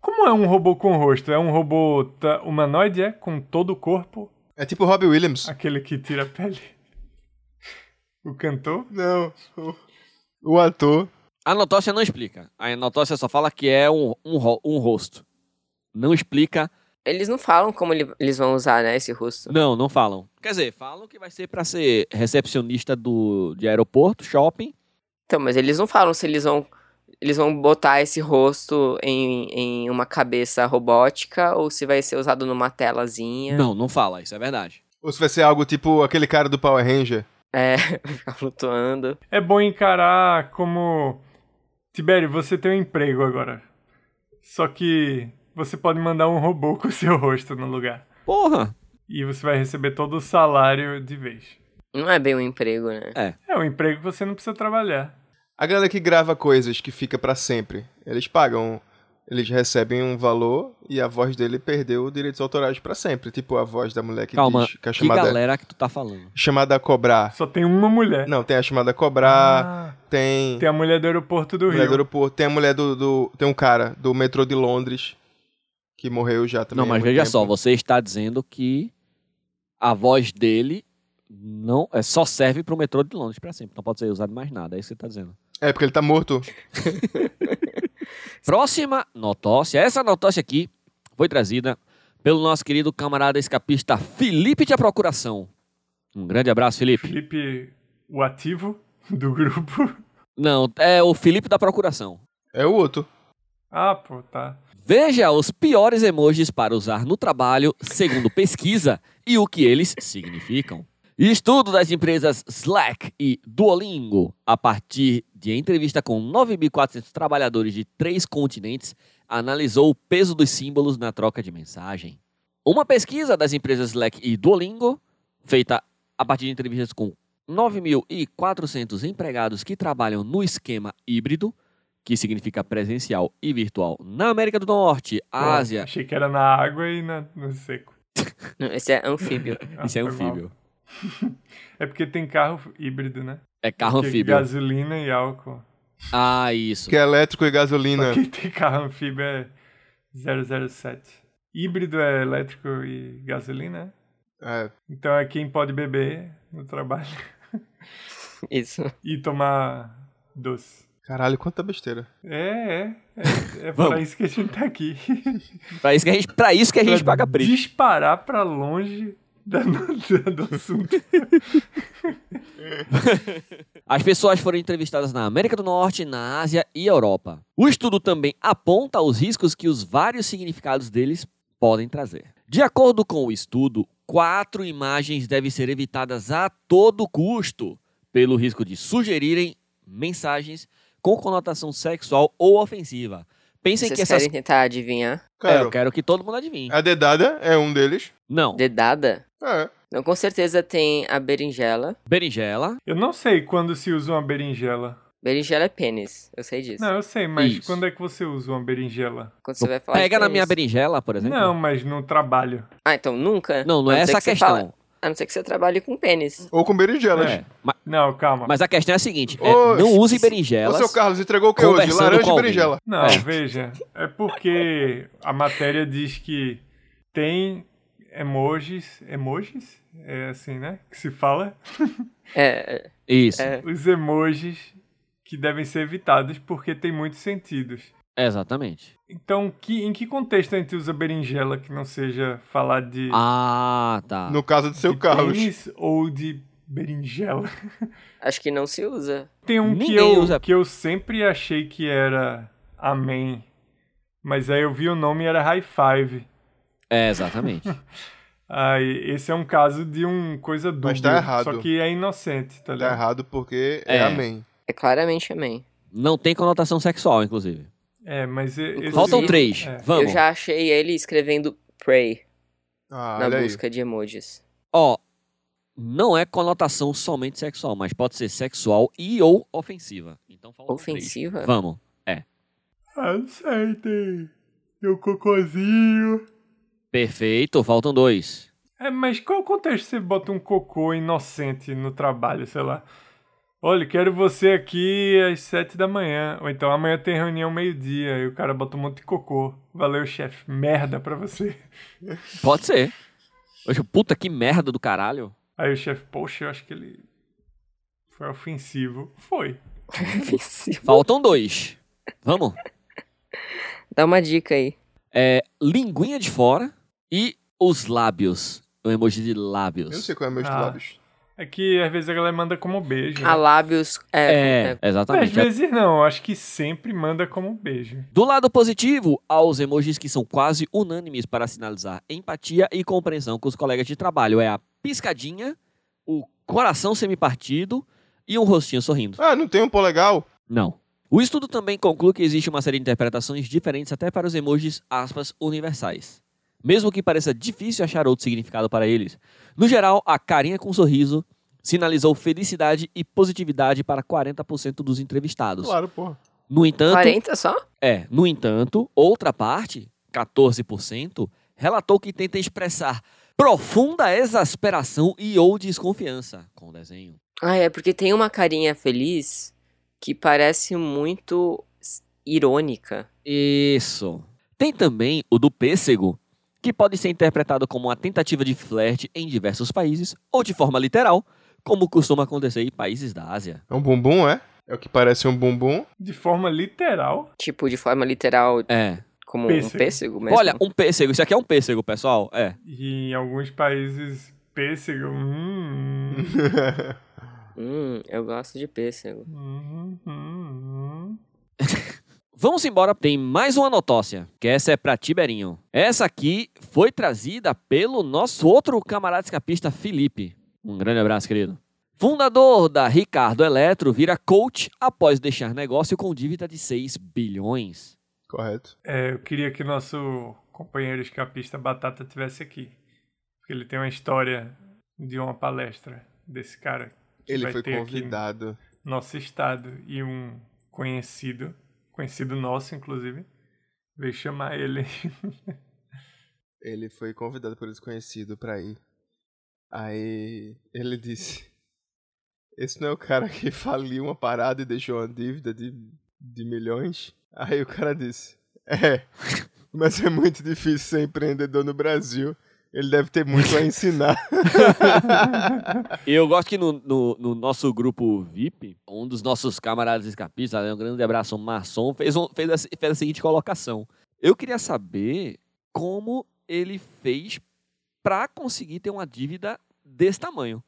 Como é um robô com rosto? É um robô ta- humanoide, é? Com todo o corpo?
É tipo o Robbie Williams.
Aquele que tira a pele? O cantor?
Não. o- O ator.
A notócia não explica. A notócia só fala que é um, um, ro- um rosto. Não explica.
Eles não falam como ele- eles vão usar, né, esse rosto.
Não, não falam. Quer dizer, falam que vai ser pra ser recepcionista do, de aeroporto, shopping.
Então, mas eles não falam se eles vão. Eles vão botar esse rosto em, em uma cabeça robótica ou se vai ser usado numa telazinha.
Não, não fala. Isso é verdade.
Ou se vai ser algo tipo aquele cara do Power Ranger.
É, vai ficar flutuando.
É bom encarar como. Tibério, você tem um emprego agora. Só que você pode mandar um robô com o seu rosto no lugar.
Porra!
E você vai receber todo o salário de vez.
Não é bem um emprego, né?
É um emprego que você não precisa trabalhar.
A galera que grava coisas que fica pra sempre, eles pagam, eles recebem um valor e a voz dele perdeu os direitos autorais pra sempre. Tipo a voz da mulher que
Calma,
diz que a
que
chamada
galera que tu tá falando?
chamada a cobrar.
Só tem uma mulher.
Não, tem a chamada a cobrar, tem,
Ah, Tem a mulher do aeroporto do
a mulher
Rio.
do aeroporto, tem a mulher do, do- tem um cara do metrô de Londres que morreu já também.
não,
há
mas
muito
veja
tempo. né?
só, você está dizendo que a voz dele não é só serve pro metrô de Londres pra sempre, não pode ser usado em mais nada, é isso que você tá dizendo.
É porque ele tá morto.
Próxima notócia, essa notócia aqui foi trazida pelo nosso querido camarada escapista Felipe de A Procuração. Um grande abraço, Felipe.
Felipe, o ativo do grupo.
Não, é o Felipe da Procuração.
É o outro.
Ah, pô, tá.
Veja os piores emojis para usar no trabalho, segundo pesquisa, e o que eles significam. Estudo das empresas Slack e Duolingo, a partir de entrevista com 9.400 trabalhadores de três continentes, analisou o peso dos símbolos na troca de mensagem. Uma pesquisa das empresas Slack e Duolingo, feita a partir de entrevistas com 9.400 empregados que trabalham no esquema híbrido, que significa presencial e virtual, na América do Norte,
Pô,
Ásia.
achei que era na água e na, no seco.
Não, Esse é anfíbio.
Ah,
Isso é
foi mal.
anfíbio.
É porque tem carro híbrido, né?
É carro
Porque
anfíbio.
Gasolina e álcool.
Ah, isso.
Que é elétrico e gasolina.
Pra quem tem carro anfíbio é 007. Híbrido é elétrico e gasolina.
É.
Então é quem pode beber no trabalho
Isso.
e tomar doce.
Caralho, quanta besteira.
É, é. É, é pra
Vamos.
isso que a gente tá aqui.
Pra isso que a gente, pra isso que a gente
Pra
paga preço.
Disparar pra longe da, da- do assunto.
As pessoas foram entrevistadas na América do Norte, na Ásia e Europa. O estudo também aponta os riscos que os vários significados deles podem trazer. De acordo com o estudo, quatro imagens devem ser evitadas a todo custo, pelo risco de sugerirem mensagens com conotação sexual ou ofensiva. Pensem
Vocês
que essas.
querem tentar adivinhar?
É, eu
Cara,
quero que todo mundo adivinhe.
a dedada é um deles.
Não.
Dedada?
É.
Não, com certeza tem a berinjela.
Berinjela.
Eu não sei quando se usa uma berinjela.
Berinjela é pênis, eu sei disso.
Não, eu sei, mas
Isso.
quando é que você usa uma berinjela?
Quando você vai falar de
Pega na
pênis.
minha berinjela, por exemplo.
Não, mas no trabalho.
Ah, então nunca?
Não, não
A
é
ser
essa a
que você
questão.
fala- A não ser que você trabalhe com pênis.
Ou com berinjelas.
É, ma-
Não, calma.
Mas a questão é a seguinte: é,
Ô,
não use
Ô,
berinjelas.
seu Carlos, entregou o que hoje?
Conversando
Laranja
com
e
alguém.
berinjela.
Não,
É.
veja, é porque a matéria diz que tem emojis, emojis? É assim, né? Que se fala?
É,
Isso.
É.
Os emojis que devem ser evitadas porque tem muitos sentidos.
Exatamente.
Então, que, em que contexto a gente usa berinjela que não seja falar de,
Ah, tá.
No caso do seu
de
Carlos.
pênis ou de berinjela?
Acho que não se usa.
Tem um que
Ninguém
eu,
usa-
que eu sempre achei que era Amém, mas aí eu vi o nome e era High Five.
É, exatamente.
Aí, esse é um caso de um coisa dúbia.
Mas tá errado.
Só que é inocente, tá
Tá
ligado?
errado porque é,
É.
amém.
É claramente amém.
Não tem conotação sexual, inclusive.
É, mas e- esse...
Faltam
Inclusive,
três.
é.
Vamos.
Eu já achei ele escrevendo pray
Ah,
na
olha aí.
busca de emojis.
Ó, não é conotação somente sexual, mas pode ser sexual e ou ofensiva. Então faltam
Ofensiva?
três. Vamos.
Ah, Aceitem meu cocôzinho.
Perfeito, faltam dois.
É, mas qual o contexto você bota um cocô inocente no trabalho, sei lá? Olha, quero você aqui às sete da manhã. Ou então amanhã tem reunião meio-dia e o cara bota um monte de cocô. Valeu, chefe. Merda pra você.
Pode ser. Oxe, puta que merda do caralho.
Aí o chefe, poxa, eu acho que ele foi ofensivo. Foi.
Ofensivo.
Faltam dois. Vamos.
Dá uma dica aí.
É linguinha de fora e os lábios. O emoji de
Eu
lábios.
não sei qual é o meu
Ah.
lábios.
É que às vezes a galera manda como beijo. né?
A lábios. É,
É,
é.
Às
exatamente.
vezes não, acho que sempre manda como um beijo.
Do lado positivo, há os emojis que são quase unânimes para sinalizar empatia e compreensão com os colegas de trabalho. É a piscadinha, o coração semipartido e um rostinho sorrindo.
Ah, não tem um polegal?
Não. O estudo também conclui que existe uma série de interpretações diferentes até para os emojis, aspas, universais. Mesmo que pareça difícil achar outro significado para eles. No geral, a carinha com sorriso sinalizou felicidade e positividade para 40% dos entrevistados.
Claro, porra.
No entanto,
40 só?
é, no entanto, outra parte, 14%, relatou que tenta expressar profunda exasperação e ou desconfiança com o desenho.
Ah, é porque tem uma carinha feliz que parece muito s- irônica.
Isso. Tem também o do pêssego, que pode ser interpretado como uma tentativa de flerte em diversos países, ou de forma literal, como costuma acontecer em países da Ásia.
É um bumbum, é? É o que parece um bumbum.
De forma literal.
Tipo, de forma literal,
É.
como
Pêssego.
um pêssego mesmo.
Olha, um pêssego. Isso aqui é um pêssego, pessoal. É.
E em alguns países, pêssego. Hum,
Hum, eu gosto de pêssego.
hum, hum, hum.
Vamos embora, tem mais uma notócia, que essa é pra Tiberinho. Essa aqui foi trazida pelo nosso outro camarada escapista, Felipe. Um grande abraço, querido. Fundador da Ricardo Eletro vira coach após deixar negócio com dívida de 6 bilhões.
Correto.
É, eu queria que nosso companheiro escapista Batata tivesse aqui. Porque ele tem uma história de uma palestra desse cara. que
Ele
vai
foi
ter aqui
convidado.
no Nosso estado e um conhecido, conhecido nosso, inclusive, veio chamar ele.
Ele foi convidado por um desconhecido pra ir. Aí ele disse: Esse não é o cara que faliu uma parada e deixou uma dívida de, de milhões? Aí o cara disse: É, mas é muito difícil ser empreendedor no Brasil. Ele deve ter muito a ensinar.
E eu gosto que no, no- no nosso grupo VIP, um dos nossos camaradas escapistas, um grande abraço, Marçom, fez, um- fez, a, se- fez a seguinte colocação. Eu queria saber como ele fez pra conseguir ter uma dívida desse tamanho.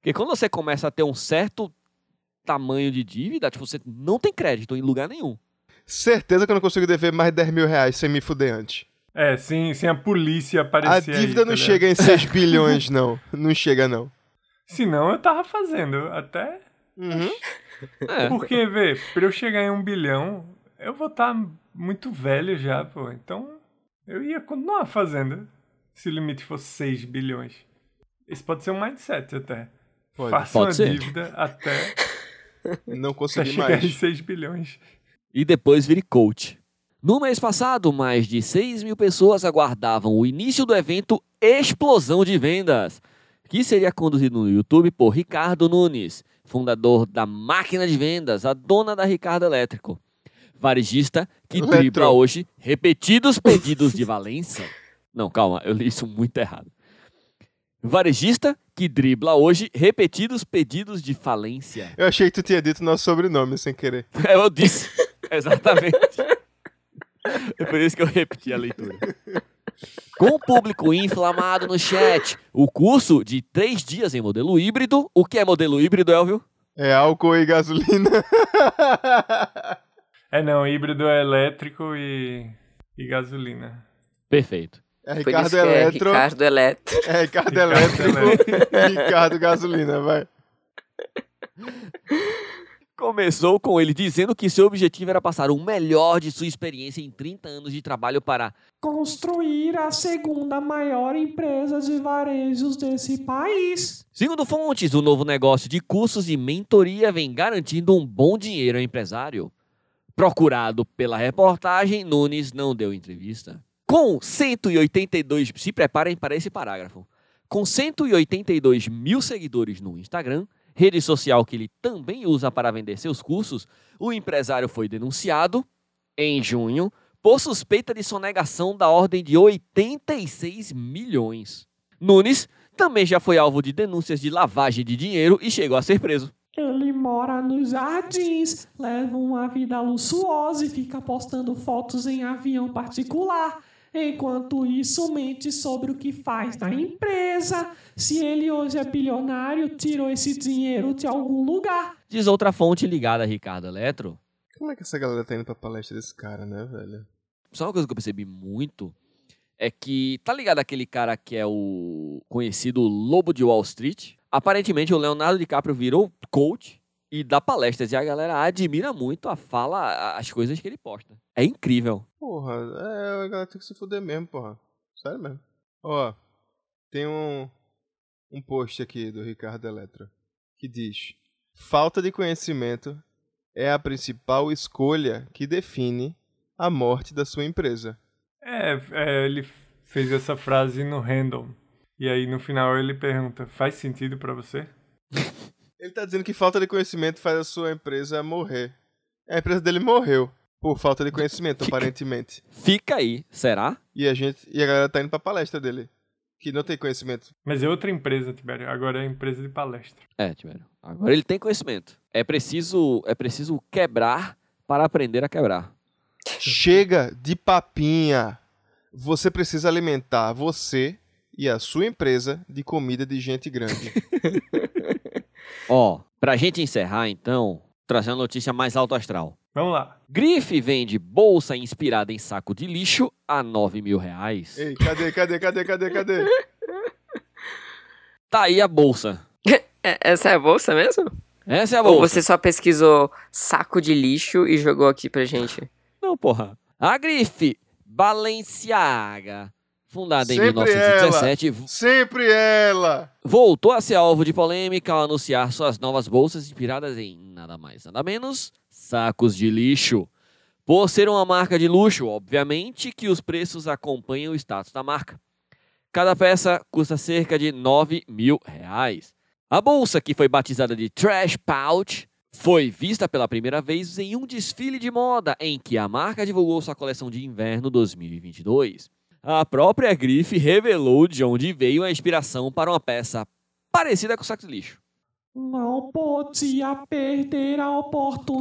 Porque quando você começa a ter um certo tamanho de dívida, tipo, você não tem crédito em lugar nenhum.
Certeza que eu não consigo dever mais 10 mil reais sem me fuder antes.
É, sem, sem a polícia
A
aparecer. aí,
dívida
tá
não
ligado?
chega em 6 bilhões, não. Não chega, não.
Senão eu tava fazendo. Até.
Uhum.
É.
Porque, vê, pra eu chegar em um bilhão, eu vou estar muito velho já, pô. Então, eu ia continuar fazendo. Se o limite fosse 6 bilhões. Esse pode ser um mindset até.
Pode.
Faça
Pode
uma
ser.
dívida até
Não
pra
consegui
chegar Tá em
mais.
6 bilhões.
e depois vire coach. No mês passado, mais de 6 mil pessoas aguardavam o início do evento Explosão de Vendas, que seria conduzido no YouTube por Ricardo Nunes, fundador da Máquina de Vendas, a dona da Ricardo Elétrico. Varejista que
Eletro.
dribla hoje repetidos pedidos de Valença. Não, calma, eu li isso muito errado. Varejista que dribla hoje repetidos pedidos de falência.
Eu achei que tu tinha dito nosso sobrenome sem querer.
É, Eu disse. Exatamente. É por isso que eu repeti a leitura. Com o público inflamado no chat, o curso de três dias em modelo híbrido. O que é modelo híbrido, Elvio?
É álcool e gasolina.
É não, híbrido é elétrico e, e gasolina.
Perfeito.
É
Por isso
Ricardo
que é
Eletro.
Ricardo Eletro.
É Ricardo
Ricardo
Elétrico e Ricardo Gasolina, vai.
Começou com ele dizendo que seu objetivo era passar o melhor de sua experiência em 30 anos de trabalho para.
Construir a segunda maior empresa de varejos desse país.
Segundo fontes, o novo negócio de cursos e mentoria vem garantindo um bom dinheiro ao empresário. Procurado pela reportagem, Nunes não deu entrevista. Com 182, se preparem para esse parágrafo. Com 182 mil seguidores no Instagram, rede social que ele também usa para vender seus cursos, o empresário foi denunciado em junho por suspeita de sonegação da ordem de 86 milhões. Nunes também já foi alvo de denúncias de lavagem de dinheiro e chegou a ser preso.
Ele mora nos jardins, leva uma vida luxuosa e fica postando fotos em avião particular. Enquanto isso, mente sobre o que faz na empresa. Se ele hoje é bilionário, tirou esse dinheiro de algum lugar.
Diz outra fonte ligada a Ricardo Eletro.
Como é que essa galera tá indo pra palestra desse cara, né, velho?
Só uma coisa que eu percebi muito é que tá ligado aquele cara que é o conhecido Lobo de Wall Street? Aparentemente o Leonardo DiCaprio virou coach e dá palestras e a galera admira muito a fala, a- as coisas que ele posta. É incrível.
Porra, é, a galera tem que se fuder mesmo, porra. Sério mesmo. Ó, tem um, um post aqui do Ricardo Eletro que diz: Falta de conhecimento é a principal escolha que define a morte da sua empresa.
É, é, ele fez essa frase no random. E aí no final ele pergunta: faz sentido pra você?
Ele tá dizendo que falta de conhecimento faz a sua empresa morrer. A empresa dele morreu por falta de conhecimento, aparentemente.
Fica aí, será?
E a gente, e a galera tá indo pra palestra dele, que não tem conhecimento.
Mas é outra empresa, Tibério. Agora é empresa de palestra.
É, Tiberio. Agora ele tem conhecimento. É preciso, é preciso quebrar para aprender a quebrar.
Chega de papinha. Você precisa alimentar você e a sua empresa de comida de gente grande.
Ó, pra gente encerrar então, trazer uma notícia mais alto astral.
Vamos lá.
Grife vende bolsa inspirada em saco de lixo a 9 mil reais.
Ei, cadê, cadê, cadê, cadê, cadê?
Tá aí a bolsa.
É- Essa é a bolsa mesmo?
Essa é a
Ou
bolsa.
você só pesquisou saco de lixo e jogou aqui pra gente?
Não, porra. A grife Balenciaga, fundada em
Sempre
1917, vo-
Sempre ela.
voltou a ser alvo de polêmica ao anunciar suas novas bolsas inspiradas em nada mais, nada menos, sacos de lixo. Por ser uma marca de luxo, obviamente que os preços acompanham o status da marca. Cada peça custa cerca de 9 mil reais. A bolsa, que foi batizada de Trash Pouch, foi vista pela primeira vez em um desfile de moda em que a marca divulgou sua coleção de inverno 2022. A própria grife revelou de onde veio a inspiração para uma peça parecida com o saco de lixo.
Não podia perder a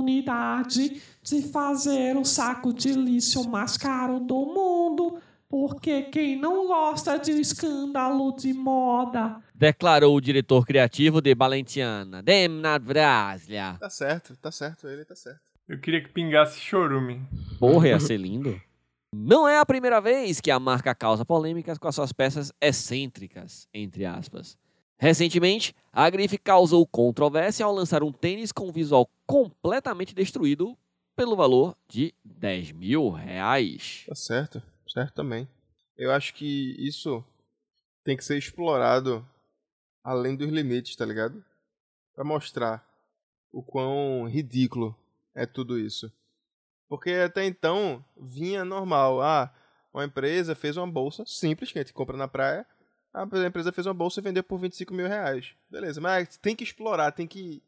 oportunidade de fazer o saco de lixo mais caro do mundo, porque quem não gosta de escândalo de moda?
Declarou o diretor criativo de Balenciaga, Demnad Braslia.
Tá certo, tá certo, ele tá certo.
Eu queria que pingasse chorume.
Porra, ia ser lindo. Não é a primeira vez que a marca causa polêmicas com as suas peças excêntricas, entre aspas. Recentemente, a grife causou controvérsia ao lançar um tênis com visual completamente destruído pelo valor de 10 mil reais.
Tá certo, certo também. Eu acho que isso tem que ser explorado além dos limites, tá ligado? Pra mostrar o quão ridículo é tudo isso. Porque até então vinha normal. Ah, uma empresa fez uma bolsa simples que a gente compra na praia. A empresa fez uma bolsa e vendeu por 25 mil reais. Beleza, mas tem que explorar, tem que,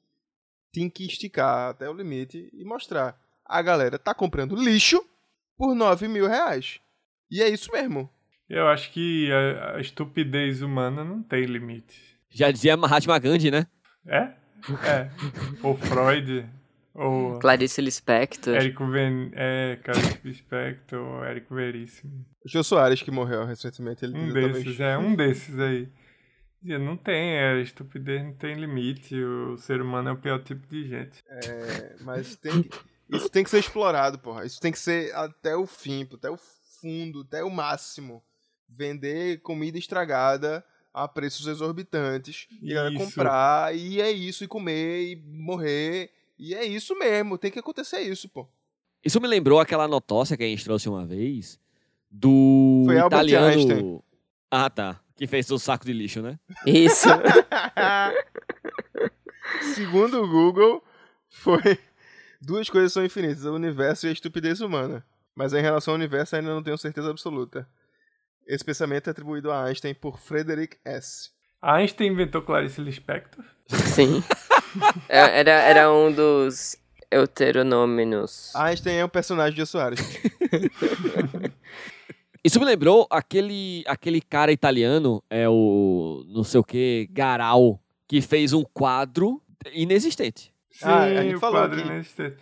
tem que esticar até o limite e mostrar. A galera tá comprando lixo por 9 mil reais. E é isso mesmo.
Eu acho que a, a estupidez humana não tem limite.
Já dizia Mahatma Gandhi, né?
É? É. ou Freud, ou
Clarice Lispector.
Érico Ven... É, Clarice Lispector, ou Érico Veríssimo.
O Jô Soares, que morreu recentemente, ele
Um
dizia
desses,
talvez-
é, um desses aí. Dizia, Não tem, é, a estupidez não tem limite, o ser humano é o pior tipo de gente.
É, mas tem que- isso tem que ser explorado, porra. Isso tem que ser até o fim, pô, até o fundo, até o máximo. Vender comida estragada a preços exorbitantes. E a galera
Isso.
comprar, e é isso, e comer, e morrer. E é isso mesmo, tem que acontecer isso, pô.
Isso me lembrou aquela notócia que a gente trouxe uma vez do
Foi Albert
italiano.
Einstein.
Ah, tá. Que fez o saco de lixo, né?
Isso.
Segundo o Google, foi. Duas coisas são infinitas: o universo e a estupidez humana. Mas em relação ao universo, ainda não tenho certeza absoluta. Esse pensamento é atribuído a Einstein por Frederick S.
Einstein inventou Clarice Lispector.
Sim. É, Era, era um dos euteronômenos.
Ah.
Einstein é um personagem de Jô Soares.
Isso me lembrou aquele, aquele cara italiano, é o não sei o que, Garal, que fez um quadro inexistente.
Sim,
Ah, a gente
o
falou
quadro
que-
inexistente.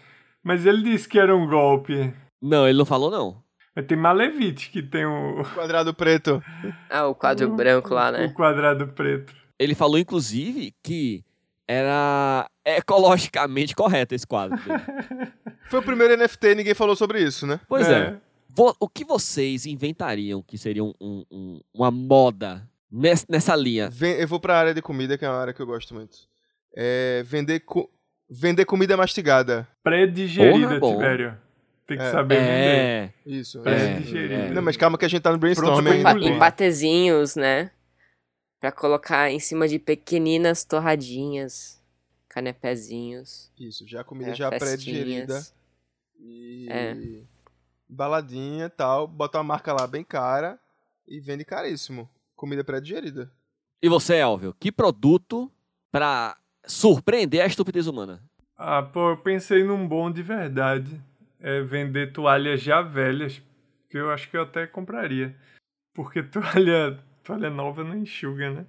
Mas ele disse que era um golpe.
Não, ele não falou, não.
Mas tem Malevich que tem o,
Quadrado preto.
Ah, o quadro branco lá, né?
o quadrado preto.
Ele falou, inclusive, que era ecologicamente correto esse quadro. dele.
Foi o primeiro NFT e ninguém falou sobre isso, né?
Pois é. Vo- o que vocês inventariam que seria um- um- um- uma moda nes- nessa linha?
Ven- eu vou pra área de comida, que é uma área que eu gosto muito. É, vender, co- vender comida mastigada.
Pré-digerida,
Porra, bom.
Tibério. Tem que
É.
saber vender.
Isso.
É,
Pré-digerida.
é.
Não, mas calma que a gente tá no brainstorm
Pronto,
Uhum.
ainda.
pra
Pa-
pô.
engolir.
Em patezinhos, né? Pra colocar em cima de pequeninas torradinhas, canepezinhos,
Isso, já a comida
é,
já pré-digerida.
festinhas.
E
É.
baladinha e tal. Bota uma marca lá bem cara e vende caríssimo. Comida pré-digerida.
E você, Elvio, que produto pra surpreender a estupidez humana?
Ah, pô, eu pensei num bom de verdade. É vender toalhas já velhas, que eu acho que eu até compraria. Porque toalha, toalha nova não enxuga, né?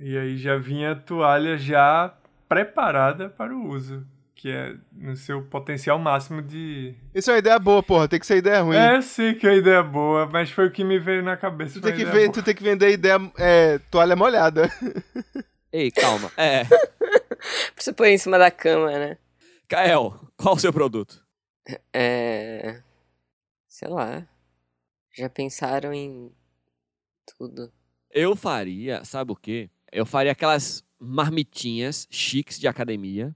E aí já vinha toalha já preparada para o uso, que é no seu potencial máximo de...
Isso é uma ideia boa, porra. Tem que ser ideia ruim.
É, eu sei que a ideia é boa, mas foi o que me veio na cabeça.
Tu
foi
tem, que
é uma
ver,
ideia
tu tem que vender ideia é, toalha molhada.
Ei, calma. É,
Pra você pôr em cima da cama, né?
Kael, qual o seu produto?
É. Sei lá. Já pensaram em tudo.
Eu faria, sabe o quê? Eu faria aquelas marmitinhas chiques de academia,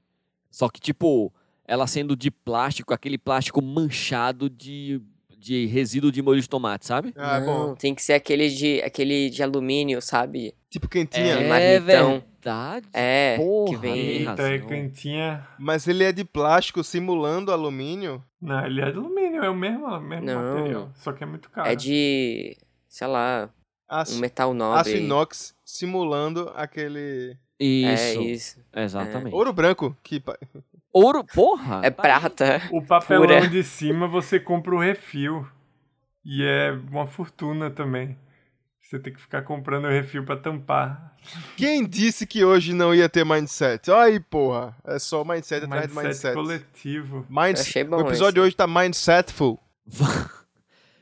só que tipo, ela sendo de plástico, aquele plástico manchado de, de resíduo de molho de tomate, sabe?
Ah,
Não,
bom.
tem que ser aquele de, aquele de alumínio, sabe?
Tipo quentinha.
É. marmitão.
verdade.
É, que
Porra,
vem.
tem
boa. Eita, é
razão.
cantinha...
Mas ele é de plástico simulando alumínio.
Não, ele é de alumínio, é o mesmo, mesmo
Não.
material, só que é muito caro.
É de. sei lá,
Aço,
um metal
aço
nobre.
inox simulando aquele.
Isso,
É isso.
exatamente.
Ouro branco. Que... pa-
Ouro, porra! tá
É prata.
O papelão
Pura.
de cima você compra o refil. E é uma fortuna também. Você tem que ficar comprando o refil pra tampar.
Quem disse que hoje não ia ter mindset? Olha aí, porra. É só mindset atrás de
Mindset
mindset.
coletivo.
Minds-
Eu achei bom
o episódio
esse.
de hoje tá mindsetful.
Va-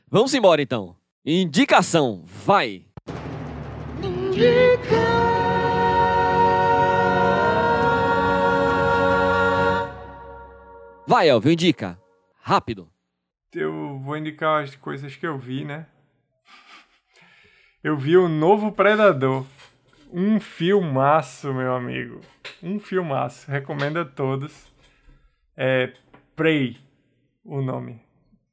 Vamos embora então. Indicação, vai. Vai, Elvio, indica. Rápido.
Eu vou indicar as coisas que eu vi, né? Eu vi o novo Predador. Um filmaço, meu amigo. Um filmaço. Recomendo a todos. É Prey, o nome.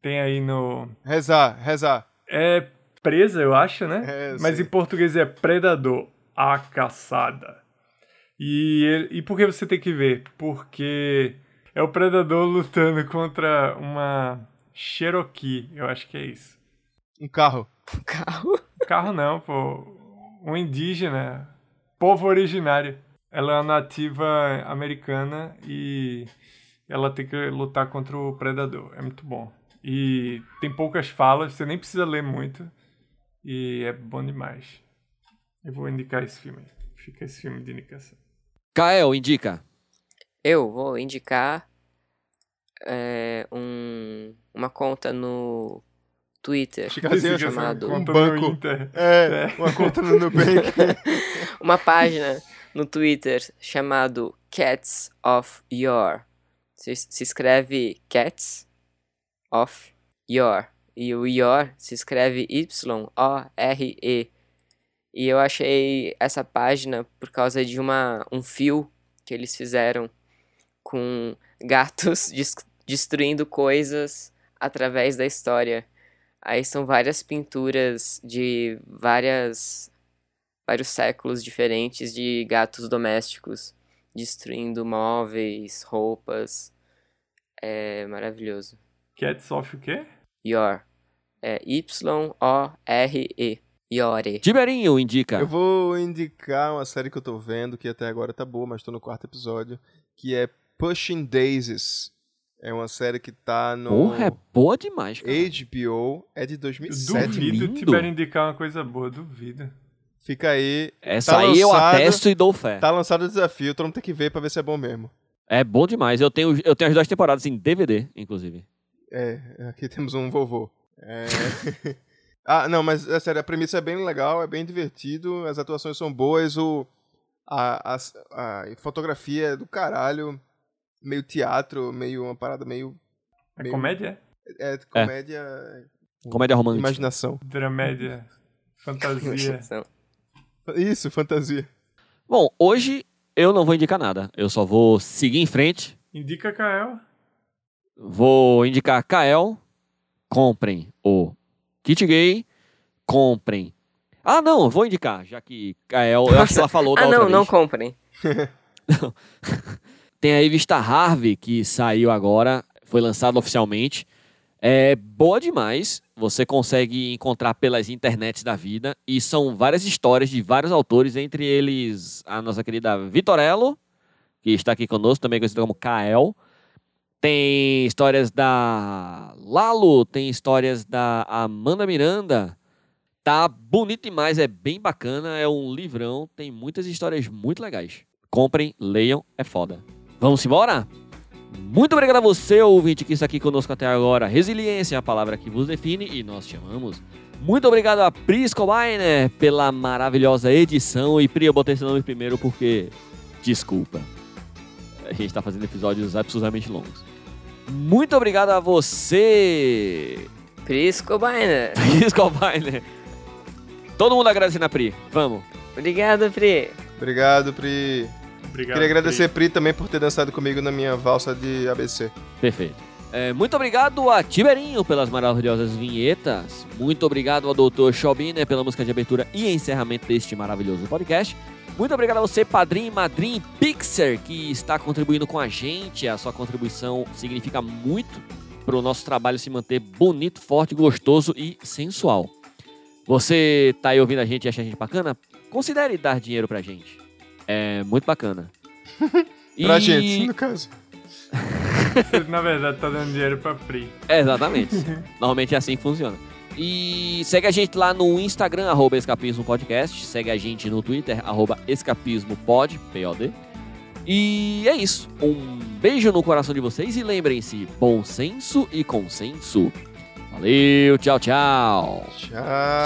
Tem aí no,
Rezar, rezar.
É presa, eu acho, né?
É, eu
Mas
sei.
em português é predador, a caçada. E, ele- e por que você tem que ver? Porque é o predador lutando contra uma Cherokee, eu acho que é isso.
Um carro.
Um carro.
Carro não, pô. Um indígena, povo originário. Ela é uma nativa americana e ela tem que lutar contra o predador. É muito bom. E tem poucas falas, você nem precisa ler muito. E é bom demais. Eu vou indicar esse filme. Fica esse filme de indicação.
Kael, indica.
Eu vou indicar é, um, uma conta no Twitter
Fica assim,
Fica
chamado-
essa conta
Um banco.
no Inter.
É, uma conta no Nubank.
uma página no Twitter chamado Cats of Your. Se, se escreve Cats of Your. E o Your se escreve Y-O-R-E. E eu achei essa página por causa de uma, um fio que eles fizeram com gatos des- destruindo coisas através da história. Aí são várias pinturas de várias vários séculos diferentes de gatos domésticos destruindo móveis, roupas. É maravilhoso.
Cats of o quê?
Yor. É Y-O-R-E. Yore.
Tiberinho, indica.
Eu vou indicar uma série que eu tô vendo, que até agora tá boa, mas tô no quarto episódio, que é Pushing Daisies. É uma série que tá no
Porra, é boa demais, cara.
HBO, é de
Eu
2007.
duvido o
lindo.
Tiber indicar uma coisa boa, duvido.
Fica aí.
Essa
Tá
aí eu
lançado.
atesto e dou fé.
Tá lançado o desafio, todo mundo tem que ver pra ver se é bom mesmo.
É bom demais. Eu tenho, eu tenho as duas temporadas em DVD, inclusive.
É, aqui temos um vovô. É... ah, não, mas é sério, a premissa é bem legal, é bem divertido, as atuações são boas, o... a, as- a fotografia é do caralho, meio teatro, meio uma parada meio
É
Meio-
comédia?
É, comédia.
Comédia romântica.
Imaginação.
Dramédia? Fantasia?
Isso, fantasia.
Bom, hoje eu não vou indicar nada. Eu só vou seguir em frente.
Indica, Kael.
Vou indicar Kael. Comprem o kit gay. Comprem. Ah, não, vou indicar, já que Kael, eu acho que ela falou da
Ah,
outra
não,
vez.
não comprem.
Tem a revista Harvey, que saiu agora, foi lançada oficialmente. É boa demais, você consegue encontrar pelas internets da vida. E são várias histórias de vários autores, entre eles a nossa querida Vitorello, que está aqui conosco, também conhecida como Kael. Tem histórias da Lalo, tem histórias da Amanda Miranda. Tá bonito demais, é bem bacana, é um livrão, tem muitas histórias muito legais. Comprem, leiam, é foda. Vamos embora? Muito obrigado a você, ouvinte, que está aqui conosco até agora. Resiliência é a palavra que vos define e nós te amamos. Muito obrigado a Pris Cobainer pela maravilhosa edição. E Pri, eu botei esse nome primeiro porque. Desculpa. A gente está fazendo episódios absurdamente longos. Muito obrigado a você,
Prisco Biner.
Pris Cobainer. Todo mundo agradecendo a Pri. Vamos.
Obrigado, Pri.
Obrigado, Pri.
Obrigado.
Queria agradecer Pri também por ter dançado comigo na minha valsa de ABC.
Perfeito. É, muito obrigado a Tiberinho pelas maravilhosas vinhetas. Muito obrigado ao Dr. Schobiner pela música de abertura e encerramento deste maravilhoso podcast. Muito obrigado a você, padrinho, madrinho, Pixar, que está contribuindo com a gente. A sua contribuição significa muito para o nosso trabalho se manter bonito, forte, gostoso e sensual. Você tá aí ouvindo a gente e acha a gente bacana? Considere dar dinheiro pra gente. É muito bacana.
Pra
E-
gente, no caso.
Você, na verdade, tá dando dinheiro pra Pri.
é, Exatamente. Normalmente é assim que funciona. E segue a gente lá no Instagram, arroba Escapismo Podcast. Segue a gente no Twitter, arroba EscapismoPod, P-O-D. E é isso. Um beijo no coração de vocês e lembrem-se, bom senso e consenso. Valeu, tchau, tchau.
Tchau.